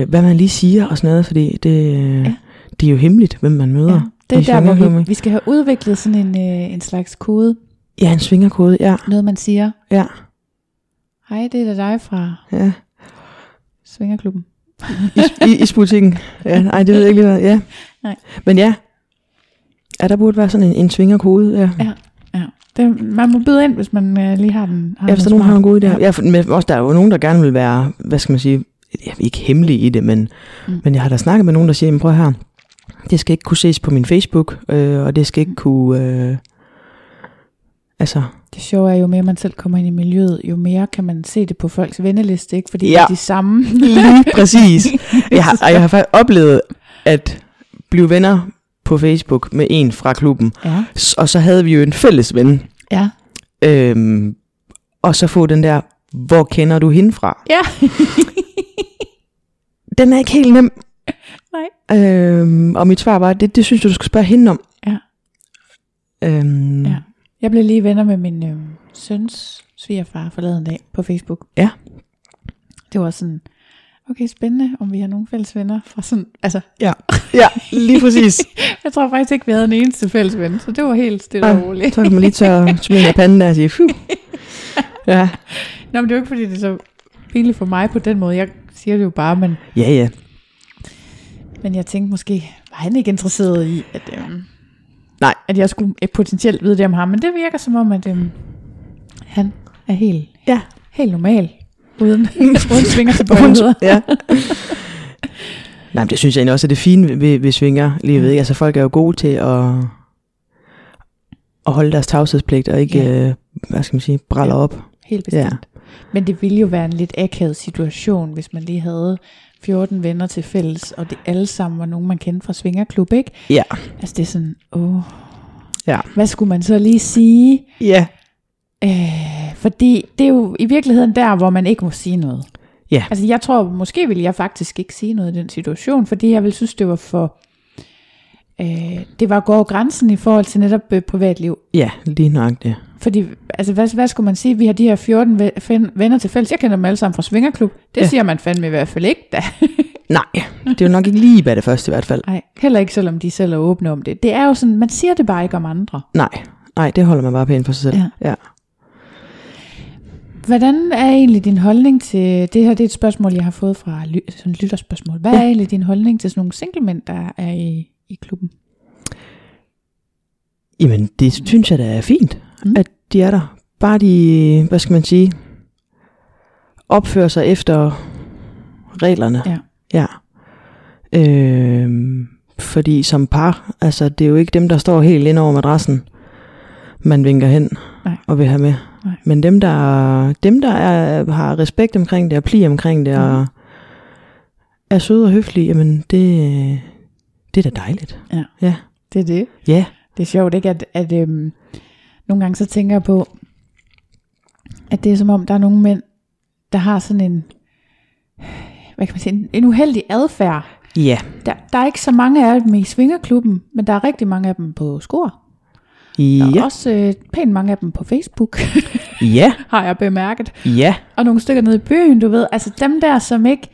S1: Øh, hvad man lige siger og sådan noget, fordi det, ja. det er jo hemmeligt, hvem man møder.
S2: Ja. Det er
S1: i
S2: der, hvor vi,
S1: svingerklubben.
S2: vi skal have udviklet sådan en, øh, en slags kode.
S1: Ja, en svingerkode, ja.
S2: Noget, man siger.
S1: Ja,
S2: Hej, det er da dig fra
S1: ja.
S2: svingerklubben.
S1: I, i, isbutikken. Ja, nej, det ved jeg ikke lige, hvad. Ja.
S2: Nej.
S1: Men ja, ja, der burde være sådan en, en svingerkode. Ja.
S2: Ja, ja. Det, man må byde ind, hvis man øh, lige har den. Har
S1: ja,
S2: den
S1: hvis der er nogen, der har
S2: smart.
S1: en god idé. Ja, for- men også der er jo nogen, der gerne vil være, hvad skal man sige, ja, ikke hemmelig i det, men, mm.
S2: Mm.
S1: men jeg har da snakket med nogen, der siger, "Jamen, prøv her, det skal ikke kunne ses på min Facebook, øh, og det skal ikke kunne, øh, altså,
S2: Det sjove er, jo mere man selv kommer ind i miljøet, jo mere kan man se det på folks vendeliste, ikke? Fordi
S1: Ja.
S2: ja. det er de samme. [LAUGHS]
S1: lige præcis. Jeg har, og jeg har faktisk oplevet, at blive venner på Facebook med en fra klubben,
S2: ja.
S1: S- og så havde vi jo en fælles ven,
S2: Ja.
S1: Øhm, og så få den der, hvor kender du hende fra?
S2: Ja.
S1: [LAUGHS] Den er ikke helt nem.
S2: Nej.
S1: Øhm, og mit svar var, det, det synes jeg, du skal spørge hende om.
S2: Ja.
S1: Øhm,
S2: Ja. Jeg blev lige venner med min øh, søns svigerfar forleden dag på Facebook.
S1: Ja.
S2: Det var sådan, okay, spændende, om vi har nogle fælles venner fra sådan, altså,
S1: ja. ja, lige præcis.
S2: jeg tror faktisk ikke, vi havde en eneste fælles ven, så det var helt stille og
S1: Ja,
S2: roligt.
S1: så kan man lige tørre smile af panden der og sige, Phew. Ja,
S2: Nå, men det er jo ikke, fordi det er så pinligt for mig på den måde. Jeg siger det jo bare, men,
S1: ja, ja.
S2: men jeg tænkte måske, var han ikke interesseret i, at, øhm,
S1: Nej.
S2: at jeg skulle øh, potentielt vide det om ham. Men det virker som om, at øhm, han er helt,
S1: Ja.
S2: helt normal, uden, [LAUGHS] uden svinger til bøjligheder.
S1: ja. Nej, men det synes jeg egentlig også er det fine ved- ved, ved svinger livet. Mm. Altså folk er jo gode til at, at holde deres tavshedspligt og ikke, ja. øh, hvad skal man sige, braller op.
S2: Helt bestemt.
S1: Ja.
S2: Ja. Men det ville jo være en lidt akavet situation, hvis man lige havde 14 venner til fælles, og det alle sammen var nogen, man kendte fra Svingerklub, ikke?
S1: Ja.
S2: Altså det er sådan, åh,
S1: Ja.
S2: hvad skulle man så lige sige?
S1: Ja.
S2: Øh, fordi det er jo i virkeligheden der, hvor man ikke må sige noget.
S1: Ja.
S2: Altså jeg tror, måske ville jeg faktisk ikke sige noget i den situation, fordi jeg ville synes, det var for... Øh, det var at gå over grænsen i forhold til netop øh, privatliv.
S1: Ja, lige nøjagtigt.
S2: Fordi, altså, hvad, hvad skulle man sige? Vi har de her 14 ve- fen- venner til fælles. Jeg kender dem alle sammen fra Svingerklub. Det
S1: Ja.
S2: ja. siger man fandme i hvert fald ikke da.
S1: Nej, det er jo nok ikke lige hvad det første i hvert fald.
S2: Nej, heller ikke selvom de selv er åbne om det. Det er jo sådan, man siger det bare ikke om andre.
S1: Nej, nej, det holder man bare pænt for sig selv.
S2: Ja.
S1: ja.
S2: Hvordan er egentlig din holdning til, det her det er et spørgsmål, jeg har fået fra ly- sådan et lytterspørgsmål. Hvad ja. er egentlig din holdning til sådan nogle singlemænd, der er i, i klubben?
S1: Jamen, det synes jeg da er fint, mm.
S2: Mm.
S1: at de er der. Bare de, hvad skal man sige, opfører sig efter reglerne.
S2: Ja.
S1: ja. Øhm, fordi som par, altså det er jo ikke dem, der står helt ind over madrassen, man vinker hen
S2: Nej.
S1: og vil have med.
S2: Nej.
S1: Men dem, der, dem, der er, har respekt omkring det, og pli omkring det, mm.
S2: Mhm.
S1: og er søde og høflige, jamen det, det er da dejligt.
S2: Det er det.
S1: Ja,
S2: Det er sjovt, ikke? At, at øhm, nogle gange så tænker jeg på, at det er som om, der er nogle mænd, der har sådan en, hvad kan man sige, en, en uheldig adfærd.
S1: ja,
S2: Der, der er ikke så mange af dem i Svingerklubben, men der er rigtig mange af dem på skor. Der er
S1: ja,
S2: også øh, pænt mange af dem på Facebook, [LAUGHS]
S1: ja,
S2: har jeg bemærket.
S1: ja.
S2: Og nogle stykker nede i byen, du ved. Altså dem der, som ikke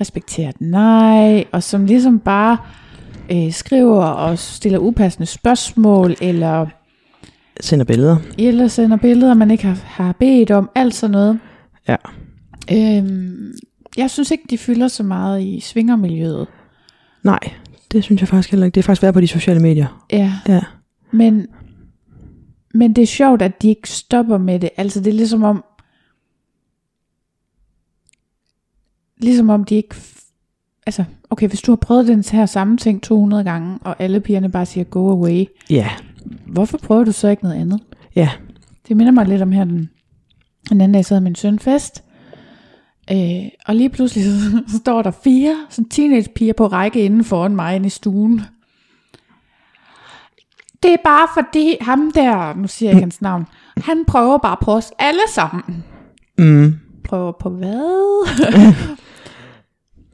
S2: respekterer et nej, og som ligesom bare øh, skriver og stiller upassende spørgsmål, eller
S1: sender billeder.
S2: eller sender billeder, man ikke har, har bedt om, alt sådan noget.
S1: Ja.
S2: Øhm, jeg synes ikke, de fylder så meget i svingermiljøet.
S1: Nej, det synes jeg faktisk heller ikke. Det er faktisk værd på de sociale medier.
S2: Ja,
S1: Ja.
S2: men, men det er sjovt, at de ikke stopper med det. Altså det er ligesom om, ligesom om de ikke f- altså, okay, hvis du har prøvet den her samme ting 200 gange, og alle pigerne bare siger go away,
S1: Ja,
S2: hvorfor prøver du så ikke noget andet?
S1: ja,
S2: Det minder mig lidt om her den, den anden dag, sad min søn fest, øh, og lige pludselig så, [LAUGHS] så står der fire sådan teenagepiger på række inden foran mig inde i stuen. Det er bare fordi ham der, nu siger jeg ikke hans navn, han prøver bare på os alle sammen.
S1: mm,
S2: Prøver på hvad?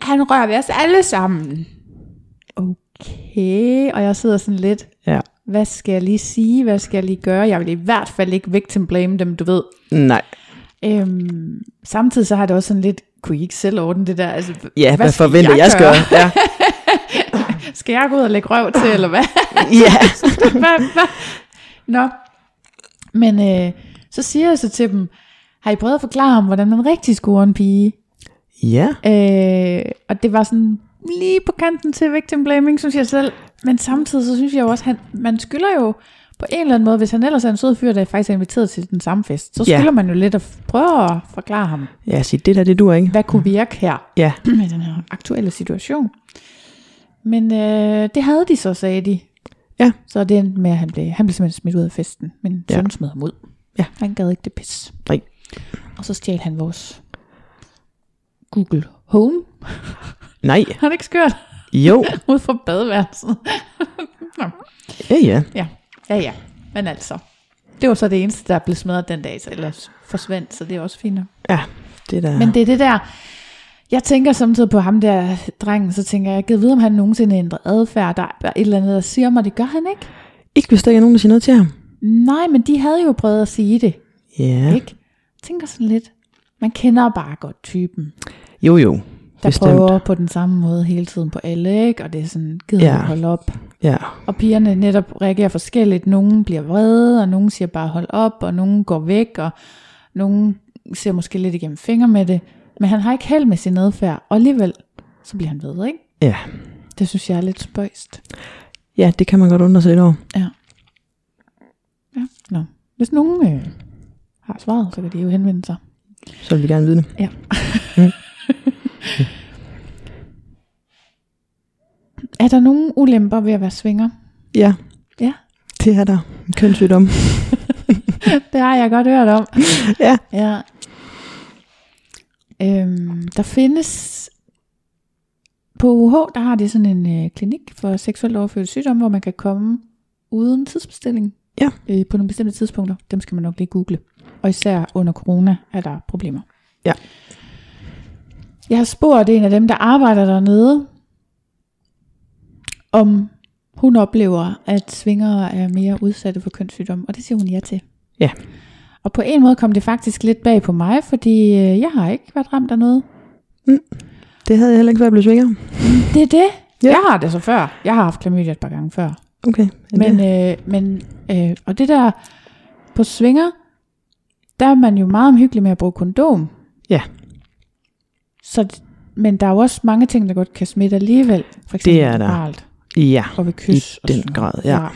S2: han rører ved os alle sammen. Okay, og jeg sidder sådan lidt,
S1: ja.
S2: hvad skal jeg lige sige, hvad skal jeg lige gøre? Jeg vil i hvert fald ikke victim blame dem, du ved.
S1: Nej.
S2: Øhm, samtidig så har det også sådan lidt, kunne I ikke selv ordne det der? Altså, h-
S1: Ja, hvad, hvad
S2: skal
S1: forventer jeg, jeg skal gøre? [LAUGHS] Ja.
S2: Skal jeg gå ud og lægge røv til, eller
S1: [LAUGHS]
S2: hvad? [LAUGHS]
S1: ja.
S2: hvad, hvad? Nå. Men øh, så siger jeg så til dem, har I prøvet at forklare ham, hvordan man rigtig scorer en pige?
S1: ja.
S2: Øh, og det var sådan lige på kanten til victim blaming, synes jeg selv. Men samtidig så synes jeg jo også, han, man skylder jo på en eller anden måde, hvis han ellers er en sød fyr, der faktisk er inviteret til den samme fest, så
S1: Ja.
S2: skylder man jo lidt at f- prøve at forklare ham,
S1: Ja, sig, det der, det duer ikke.
S2: hvad kunne virke her [CLEARS THROAT]
S1: Ja,
S2: med den her aktuelle situation. Men øh, det havde de så, sagde de.
S1: Ja.
S2: Så det endte med, at han blev, han blev simpelthen smidt ud af festen. Men
S1: Ja.
S2: søn smed ham ud.
S1: Ja.
S2: Han gad ikke det pis.
S1: Nej.
S2: Og så stjal han vores Google Home.
S1: nej,
S2: Har det ikke skørt?
S1: jo,
S2: Ud fra badeværelset. Nå.
S1: ja, ja.
S2: Ja, ja, ja. Men altså. Det var så det eneste, der blev smadret den dag, så ellers forsvandt, så det er også fint. nok.
S1: Ja, det der.
S2: Men det er det der, jeg tænker samtidig på ham der drengen, så tænker jeg, jeg kan vide, om han nogensinde ændrer adfærd, der er et eller andet, der siger mig, det gør han ikke.
S1: Ikke hvis der ikke er nogen, der siger noget til ham.
S2: Nej, men de havde jo prøvet at sige det, ja.
S1: Ja,
S2: ikke? Jeg tænker sådan lidt, man kender bare godt typen,
S1: jo, jo.
S2: der Bestemt. prøver på den samme måde hele tiden på alle, ikke? Og det er sådan, gider
S1: Ja.
S2: ja. holde op.
S1: Ja,
S2: Og pigerne netop reagerer forskelligt. Nogle bliver vrede, og nogle siger bare hold op, og nogle går væk, og nogle ser måske lidt igennem fingre med det. Men han har ikke held med sin adfærd, og alligevel, så bliver han ved, ikke?
S1: ja.
S2: Det synes jeg er lidt spøjst.
S1: Ja, det kan man godt undre sig lidt over.
S2: Ja. Ja, nå. Hvis nogen øh, har svaret, så kan de jo henvende sig.
S1: Så vil vi gerne vide det.
S2: Ja. er der nogen ulemper ved at være svinger?
S1: Ja,
S2: Ja,
S1: det er der. Kønssygdom.
S2: det har jeg godt hørt om.
S1: [LAUGHS] ja.
S2: Ja. Øhm, der findes på UH, der har de sådan en øh, klinik for seksuelt overført sygdomme, hvor man kan komme uden tidsbestilling
S1: Ja.
S2: øh, på nogle bestemte tidspunkter. Dem skal man nok lige google. Og især under corona er der problemer.
S1: Ja.
S2: Jeg har spurgt en af dem, der arbejder dernede, om hun oplever, at svingere er mere udsatte for kønssygdomme, og det siger hun ja til.
S1: Ja.
S2: Og på en måde kom det faktisk lidt bag på mig, fordi øh, jeg har ikke været ramt af noget.
S1: Det havde jeg heller ikke før jeg blev svinger.
S2: Det er det. Ja.
S1: Ja.
S2: Jeg har det så før. Jeg har haft klamydia et par gange før.
S1: Okay.
S2: Men, øh, men øh, og det der på svinger, der er man jo meget omhyggelig med at bruge kondom.
S1: Ja.
S2: Så, d- men der er jo også mange ting, der godt kan smitte alligevel. For eksempel
S1: er der.
S2: oralt
S1: ja,
S2: og ved kys.
S1: I
S2: og
S1: den
S2: sådan noget.
S1: grad, ja.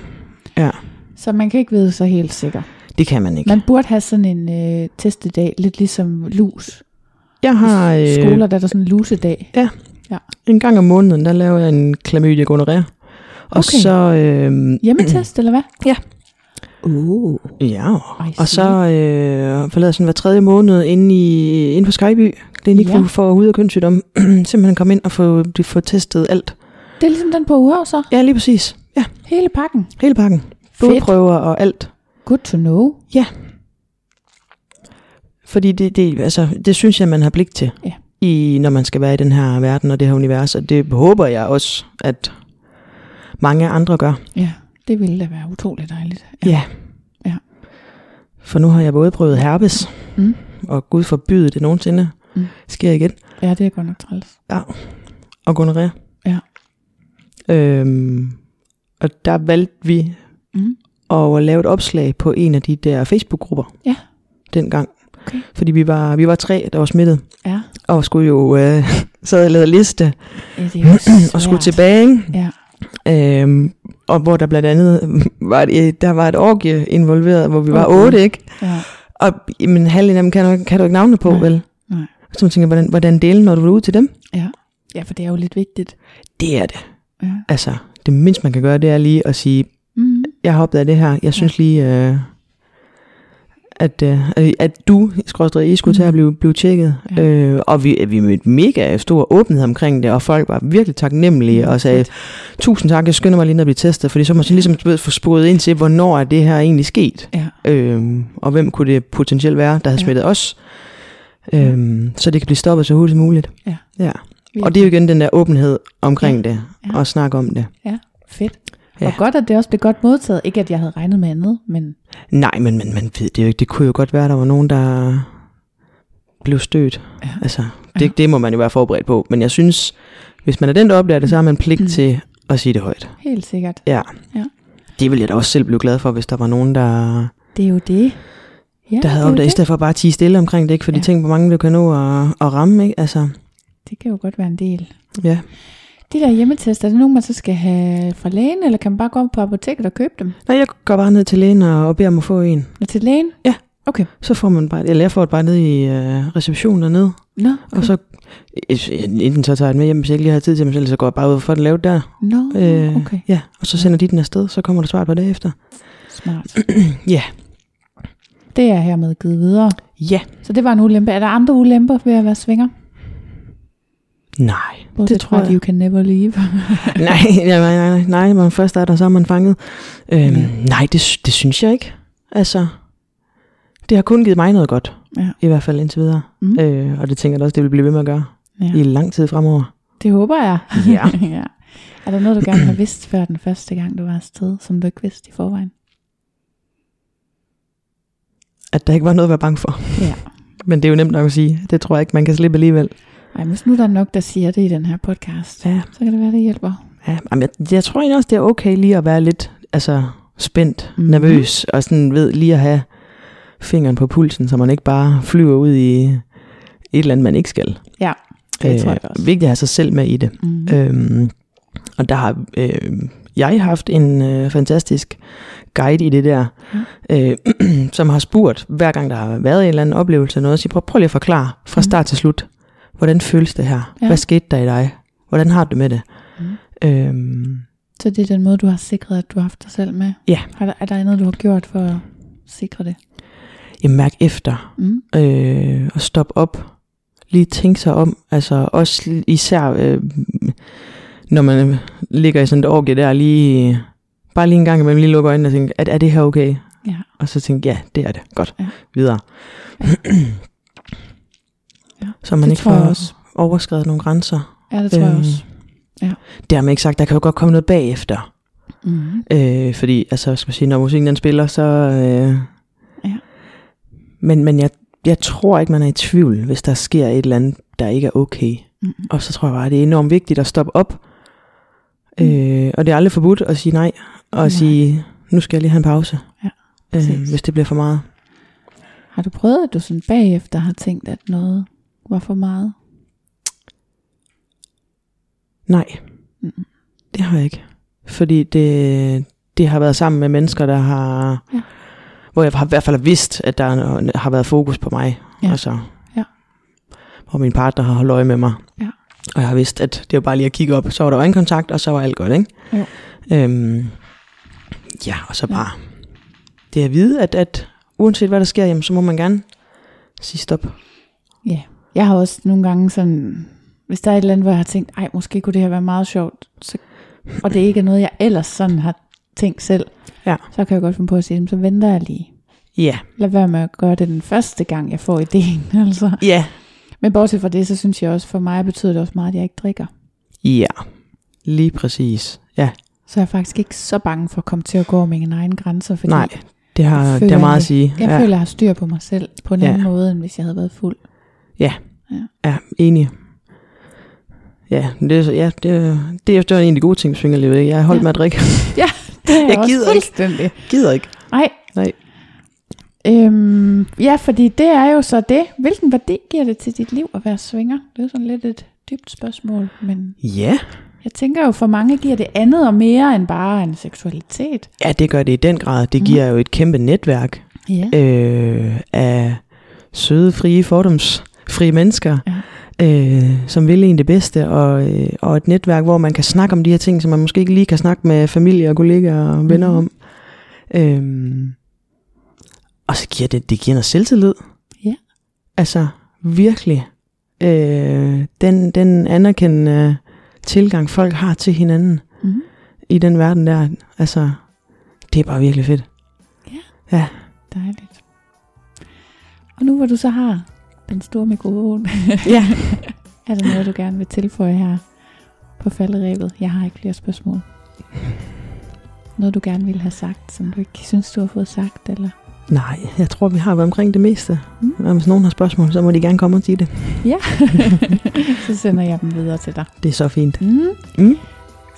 S1: ja.
S2: Så man kan ikke vide sig helt sikker.
S1: Det kan man ikke.
S2: Man burde have sådan en øh, test i dag, lidt ligesom lus.
S1: Jeg har
S2: I
S1: øh,
S2: skoler, der er der sådan en lusedag.
S1: en gang om måneden, der laver jeg en klamydia gonorrhea. Og
S2: Okay.
S1: så... Øh,
S2: Hjemmetest, eller hvad?
S1: Ja.
S2: Uh.
S1: Ja,
S2: Ej,
S1: og så
S2: sige.
S1: øh, forlader jeg sådan hver tredje måned inde, i, inde på Skyby, klinik ja.
S2: Ja.
S1: for, for hud- og kønssygdom, [CLEARS THROAT] simpelthen komme ind og få, de- få testet alt.
S2: Det er ligesom den på UH så.
S1: Ja, lige præcis. Ja,
S2: Hele pakken.
S1: hele pakken. Blodprøver og alt.
S2: Good to know.
S1: Fordi det, det, altså, det synes jeg, man har blik til,
S2: Ja.
S1: i, når man skal være i den her verden og det her univers. Og det håber jeg også, at mange andre gør.
S2: Ja, det ville da være utroligt dejligt.
S1: Ja.
S2: Ja.
S1: For nu har jeg både prøvet herpes,
S2: Mm.
S1: og gud forbyde det nogensinde
S2: Mm.
S1: sker igen.
S2: Ja, det er godt nok træls.
S1: og gonorrhea.
S2: Ja.
S1: Øhm, og der valgte vi
S2: Mm.
S1: at lave et opslag på en af de der Facebook-grupper.
S2: Ja.
S1: Dengang.
S2: Okay.
S1: Fordi vi var, vi var tre, der var smittet,
S2: Ja,
S1: og skulle jo øh, [LAUGHS] sad og lavede liste,
S2: ja, det er jo svært.
S1: [CLEARS THROAT] og skulle tilbage. Ikke?
S2: Ja.
S1: Øhm, og hvor der blandt andet [LAUGHS] var et, øh, der var et orgie involveret, hvor vi var
S2: Okay.
S1: otte, ikke?
S2: Ja.
S1: Og men halvdelen af dem kan du, ikke- kan du ikke navne på,
S2: Nej.
S1: vel?
S2: Nej.
S1: Så man tænker, hvordan, hvordan delen når du ud til dem?
S2: Ja. Ja, for det er jo lidt vigtigt.
S1: Det er det.
S2: Ja.
S1: Altså, det mindste man kan gøre, det er lige at sige,
S2: Mm.
S1: jeg har opdaget det her. Jeg synes lige, øh, at, øh, at du, skråstrej, I skulle til at blive, blive tjekket.
S2: Mm. Ja.
S1: Ja. Øh, og vi, vi mødte mega stor åbenhed omkring det, og folk var virkelig taknemmelige og sagde, tusind tak, jeg skynder mig lige ned at blive testet, fordi så må man sådan ligesom du ved, få sporet ind til, hvornår er det her egentlig sket?
S2: Ja.
S1: Øhm, og hvem kunne det potentielt være, der
S2: Ja.
S1: havde ja. smittet os? Øhm, så det kan blive stoppet så hurtigt som muligt.
S2: Ja.
S1: ja. Og det er jo igen den der åbenhed omkring ja. det,
S2: Ja.
S1: og snakke om det.
S2: Ja, fedt. Ja.
S1: Ja.
S2: Og godt, at det også blev godt modtaget. Ikke, at jeg havde regnet med andet, men
S1: Nej, men man, man ved det jo ikke. Det kunne jo godt være, der var nogen, der blev stødt.
S2: Ja.
S1: Ja. Altså, det, det må man jo være forberedt på. Men jeg synes, hvis man er den, der opdager det, så har man pligt
S2: Mm.
S1: mm. til at sige det højt.
S2: helt sikkert.
S1: Ja.
S2: Ja.
S1: Det ville jeg da også selv blive glad for, hvis der var nogen, der,
S2: Det er jo det. Ja,
S1: der havde
S2: det, er
S1: opdaget, i
S2: jo det.
S1: stedet for bare at tige stille omkring det, ikke? Fordi
S2: Ja.
S1: ja. tænk, hvor mange du kan nå at, at ramme, ikke? Altså,
S2: det kan jo godt være en del.
S1: ja.
S2: De der hjemmetester, er det nogen, man så skal have fra lægen, eller kan man bare gå op på apoteket og købe dem?
S1: Nej, jeg går bare ned til lægen og, og beder om at få en.
S2: Nå, til lægen?
S1: Ja.
S2: Okay.
S1: Så får man bare, eller jeg får det bare ned i øh, receptionen dernede.
S2: Nå,
S1: Okay. Og så, øh, enten så tager jeg den med hjem, hvis jeg ikke lige har tid til mig selv, så går jeg bare ud for at lave det der.
S2: Nå,
S1: Øh,
S2: Mm, okay.
S1: Ja, og så sender de den afsted, så kommer der svaret på det efter.
S2: Smart.
S1: [CLEARS THROAT] Ja.
S2: Det er hermed givet videre.
S1: Ja.
S2: Så det var en ulempe. Er der andre ulemper ved at være svinger?
S1: Nej.
S2: Bortset
S1: tror
S2: fra, at
S1: jeg.
S2: You can never leave.
S1: [LAUGHS]
S2: [LAUGHS]
S1: nej, nej, nej, nej, nej, når man først er der, så er man fanget. Øhm,
S2: Ja.
S1: Nej, det, sy- det synes jeg ikke. Altså, det har kun givet mig noget godt.
S2: Ja.
S1: I hvert fald indtil videre.
S2: Mm.
S1: Øh, og det tænker jeg da også, det vil blive ved med at gøre
S2: Ja.
S1: ja. i lang tid fremover.
S2: Det håber jeg.
S1: Ja.
S2: [LAUGHS] ja. Er der noget, du gerne har vidst før den første gang, du var afsted, som du ikke vidste i forvejen?
S1: At der ikke var noget at være bange for.
S2: Ja.
S1: [LAUGHS] Men det er jo nemt nok at sige. Det tror jeg ikke, man kan slippe alligevel.
S2: Ej, men hvis nu der er nok, der siger det i den her podcast,
S1: Ja.
S2: så kan det være, det hjælper.
S1: Ja, jamen, jeg, jeg tror egentlig også, det er okay lige at være lidt altså, spændt,
S2: Mhm.
S1: mm-hmm. nervøs, og sådan ved lige at have fingeren på pulsen, så man ikke bare flyver ud i et eller andet, man ikke skal. Øh,
S2: Ja, det tror jeg også.
S1: Vigtigt at have sig selv med i det.
S2: Mm.
S1: Øhm, og der har øh, jeg haft en øh, fantastisk guide i det der,
S2: Mhm.
S1: øh, [CLEARS THROAT] som har spurgt, hver gang der har været en eller anden oplevelse eller noget, siger, prøv, prøv lige at forklare fra
S2: Mhm.
S1: start til slut, hvordan føles det her?
S2: Ja.
S1: Ja. Hvad skete der i dig? Hvordan har du det med det?
S2: Mhm.
S1: Mm. Øhm,
S2: Så det er den måde, du har sikret, at du har haft dig selv med?
S1: Ja.
S2: Er der, er der andet, du har gjort for at sikre det?
S1: Jamen mærk efter
S2: Mm.
S1: øh, og stop op. Lige tænke sig om, altså også l- især øh, når man øh, ligger i sådan et orgie der, lige, bare lige en gang imellem lige lukker øjnene og tænke, er, er det her okay?
S2: Ja.
S1: Og så tænke, ja, det er det. Godt.
S2: Ja.
S1: Videre.
S2: Ja,
S1: Så man
S2: det
S1: ikke
S2: tror jeg
S1: får
S2: også.
S1: overskrevet nogle grænser.
S2: Ja, det tror jeg
S1: Øhm,
S2: også. Ja.
S1: Dermed ikke sagt, der kan jo godt komme noget bagefter.
S2: Mm.
S1: Øh, fordi, altså, skal man sige, når musikken den spiller, så... Øh,
S2: Ja.
S1: Men, men jeg, jeg tror ikke, man er i tvivl, hvis der sker et eller andet, der ikke er okay.
S2: Mm.
S1: Og så tror jeg bare, det er enormt vigtigt at stoppe op.
S2: Mm.
S1: Øh, og det er aldrig forbudt at sige nej, og
S2: Nej.
S1: nej. sige, nu skal jeg lige have en pause.
S2: Ja,
S1: øh,
S2: præcis.
S1: hvis det bliver for meget.
S2: Har du prøvet, at du sådan bagefter har tænkt, at noget var for meget?
S1: Nej,
S2: Mm.
S1: det har jeg ikke. Fordi det, det har været sammen med mennesker, der har...
S2: Ja.
S1: Hvor jeg har, i hvert fald har vidst, at der er- har været fokus på mig.
S2: Ja.
S1: Altså,
S2: Ja.
S1: Hvor min partner har holdt øje med mig.
S2: Ja.
S1: Og jeg har vidst, at det var bare lige at kigge op. Så var der øjenkontakt, og så var alt godt, ikke?
S2: Jo.
S1: Øhm, ja, og så bare... Det at vide, at, at uanset hvad der sker, jamen, så må man gerne sige stop.
S2: Ja. Jeg har også nogle gange sådan, hvis der er et eller andet, hvor jeg har tænkt, ej, måske kunne det her være meget sjovt, så, og det ikke er noget, jeg ellers sådan har tænkt selv,
S1: Ja.
S2: så kan jeg godt finde på at sige, "Jamen, så venter jeg lige.
S1: Ja.
S2: Lad være med at gøre det den første gang, jeg får ideen. [LAUGHS] Altså.
S1: Ja.
S2: Men bortset fra det, så synes jeg også, for mig betyder det også meget, at jeg ikke drikker.
S1: Ja. Lige præcis. Ja.
S2: Så jeg er faktisk ikke så bange for at komme til at gå over mine egne grænser, fordi
S1: Nej, det har,
S2: Jeg
S1: det
S2: føler
S1: har meget at
S2: ikke-
S1: sige.
S2: jeg ja. føler, at jeg har styr på mig selv på en ja.
S1: Ja.
S2: anden måde, end hvis jeg havde været
S1: [LAUGHS]
S2: fuld.
S1: Ja, enig. Ja, det, er så- ja, det, er- det, er- det var en af de gode ting ved svingerlivet. ikke? Jeg har holdt
S2: Ja.
S1: ja. med at drikke.
S2: Det er
S1: Jeg
S2: også
S1: gider ikke.
S2: fuldstændig.
S1: Gider ikke.
S2: Nej.
S1: Nej.
S2: Øhm, ja, fordi det er jo så det. Hvilken værdi giver det til dit liv at være svinger? Det er sådan lidt et dybt spørgsmål, men
S1: Ja.
S2: jeg tænker jo, for mange giver det andet og mere end bare en seksualitet.
S1: Ja, det gør det i den grad. Det
S2: Mm.
S1: giver jo et kæmpe netværk
S2: Ja.
S1: øh, af søde, frie, fordomsfri konfliktfrie mennesker, ja. øh, som vil en det bedste, og, øh, og et netværk, hvor man kan snakke om de her ting, som man måske ikke lige kan snakke med familie og kollegaer og venner mm. om. Øhm, og så giver det, det giver noget selvtillid.
S2: Ja.
S1: Altså, virkelig. Øh, den, den anerkendende tilgang, folk har til hinanden
S2: Mhm.
S1: i den verden der, altså, det er bare virkelig fedt.
S2: Dejligt. Og nu hvor du så har den store mikrofon,
S1: Ja.
S2: [LAUGHS] er der noget, du gerne vil tilføje her på falderæbet? Jeg har ikke flere spørgsmål. Noget, du gerne ville have sagt, som du ikke synes, du har fået sagt, eller?
S1: Nej, jeg tror, vi har været omkring det meste.
S2: Mm.
S1: Og hvis nogen har spørgsmål, så må de gerne komme og sige det.
S2: så sender jeg dem videre til dig.
S1: Det er så fint.
S2: Mm.
S1: Mm.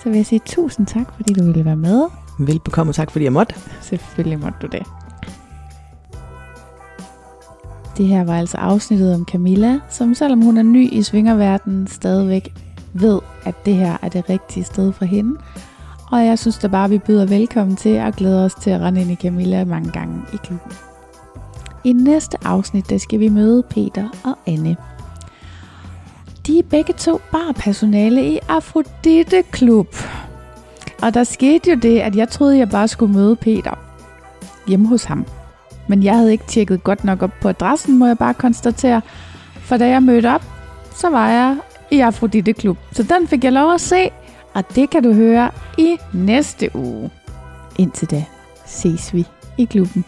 S2: Så vil jeg sige tusind tak, fordi du ville være med.
S1: Velbekomme, og tak fordi jeg måtte.
S2: Selvfølgelig måtte du det. Det her var altså afsnittet om Camilla, som selvom hun er ny i svingerverdenen, stadigvæk ved, at det her er det rigtige sted for hende. Og jeg synes da bare, vi byder velkommen til og glæder os til at rende ind i Camilla mange gange i klubben. I næste afsnit, der skal vi møde Peter og Anne. De er begge to barpersonale i Afrodite Klub. Og der skete jo det, at jeg troede, jeg bare skulle møde Peter hjemme hos ham. Men jeg havde ikke tjekket godt nok op på adressen, må jeg bare konstatere. For da jeg mødte op, så var jeg i Afrodite Klub. Så den fik jeg lov at se, og det kan du høre i næste uge. Indtil da ses vi i klubben.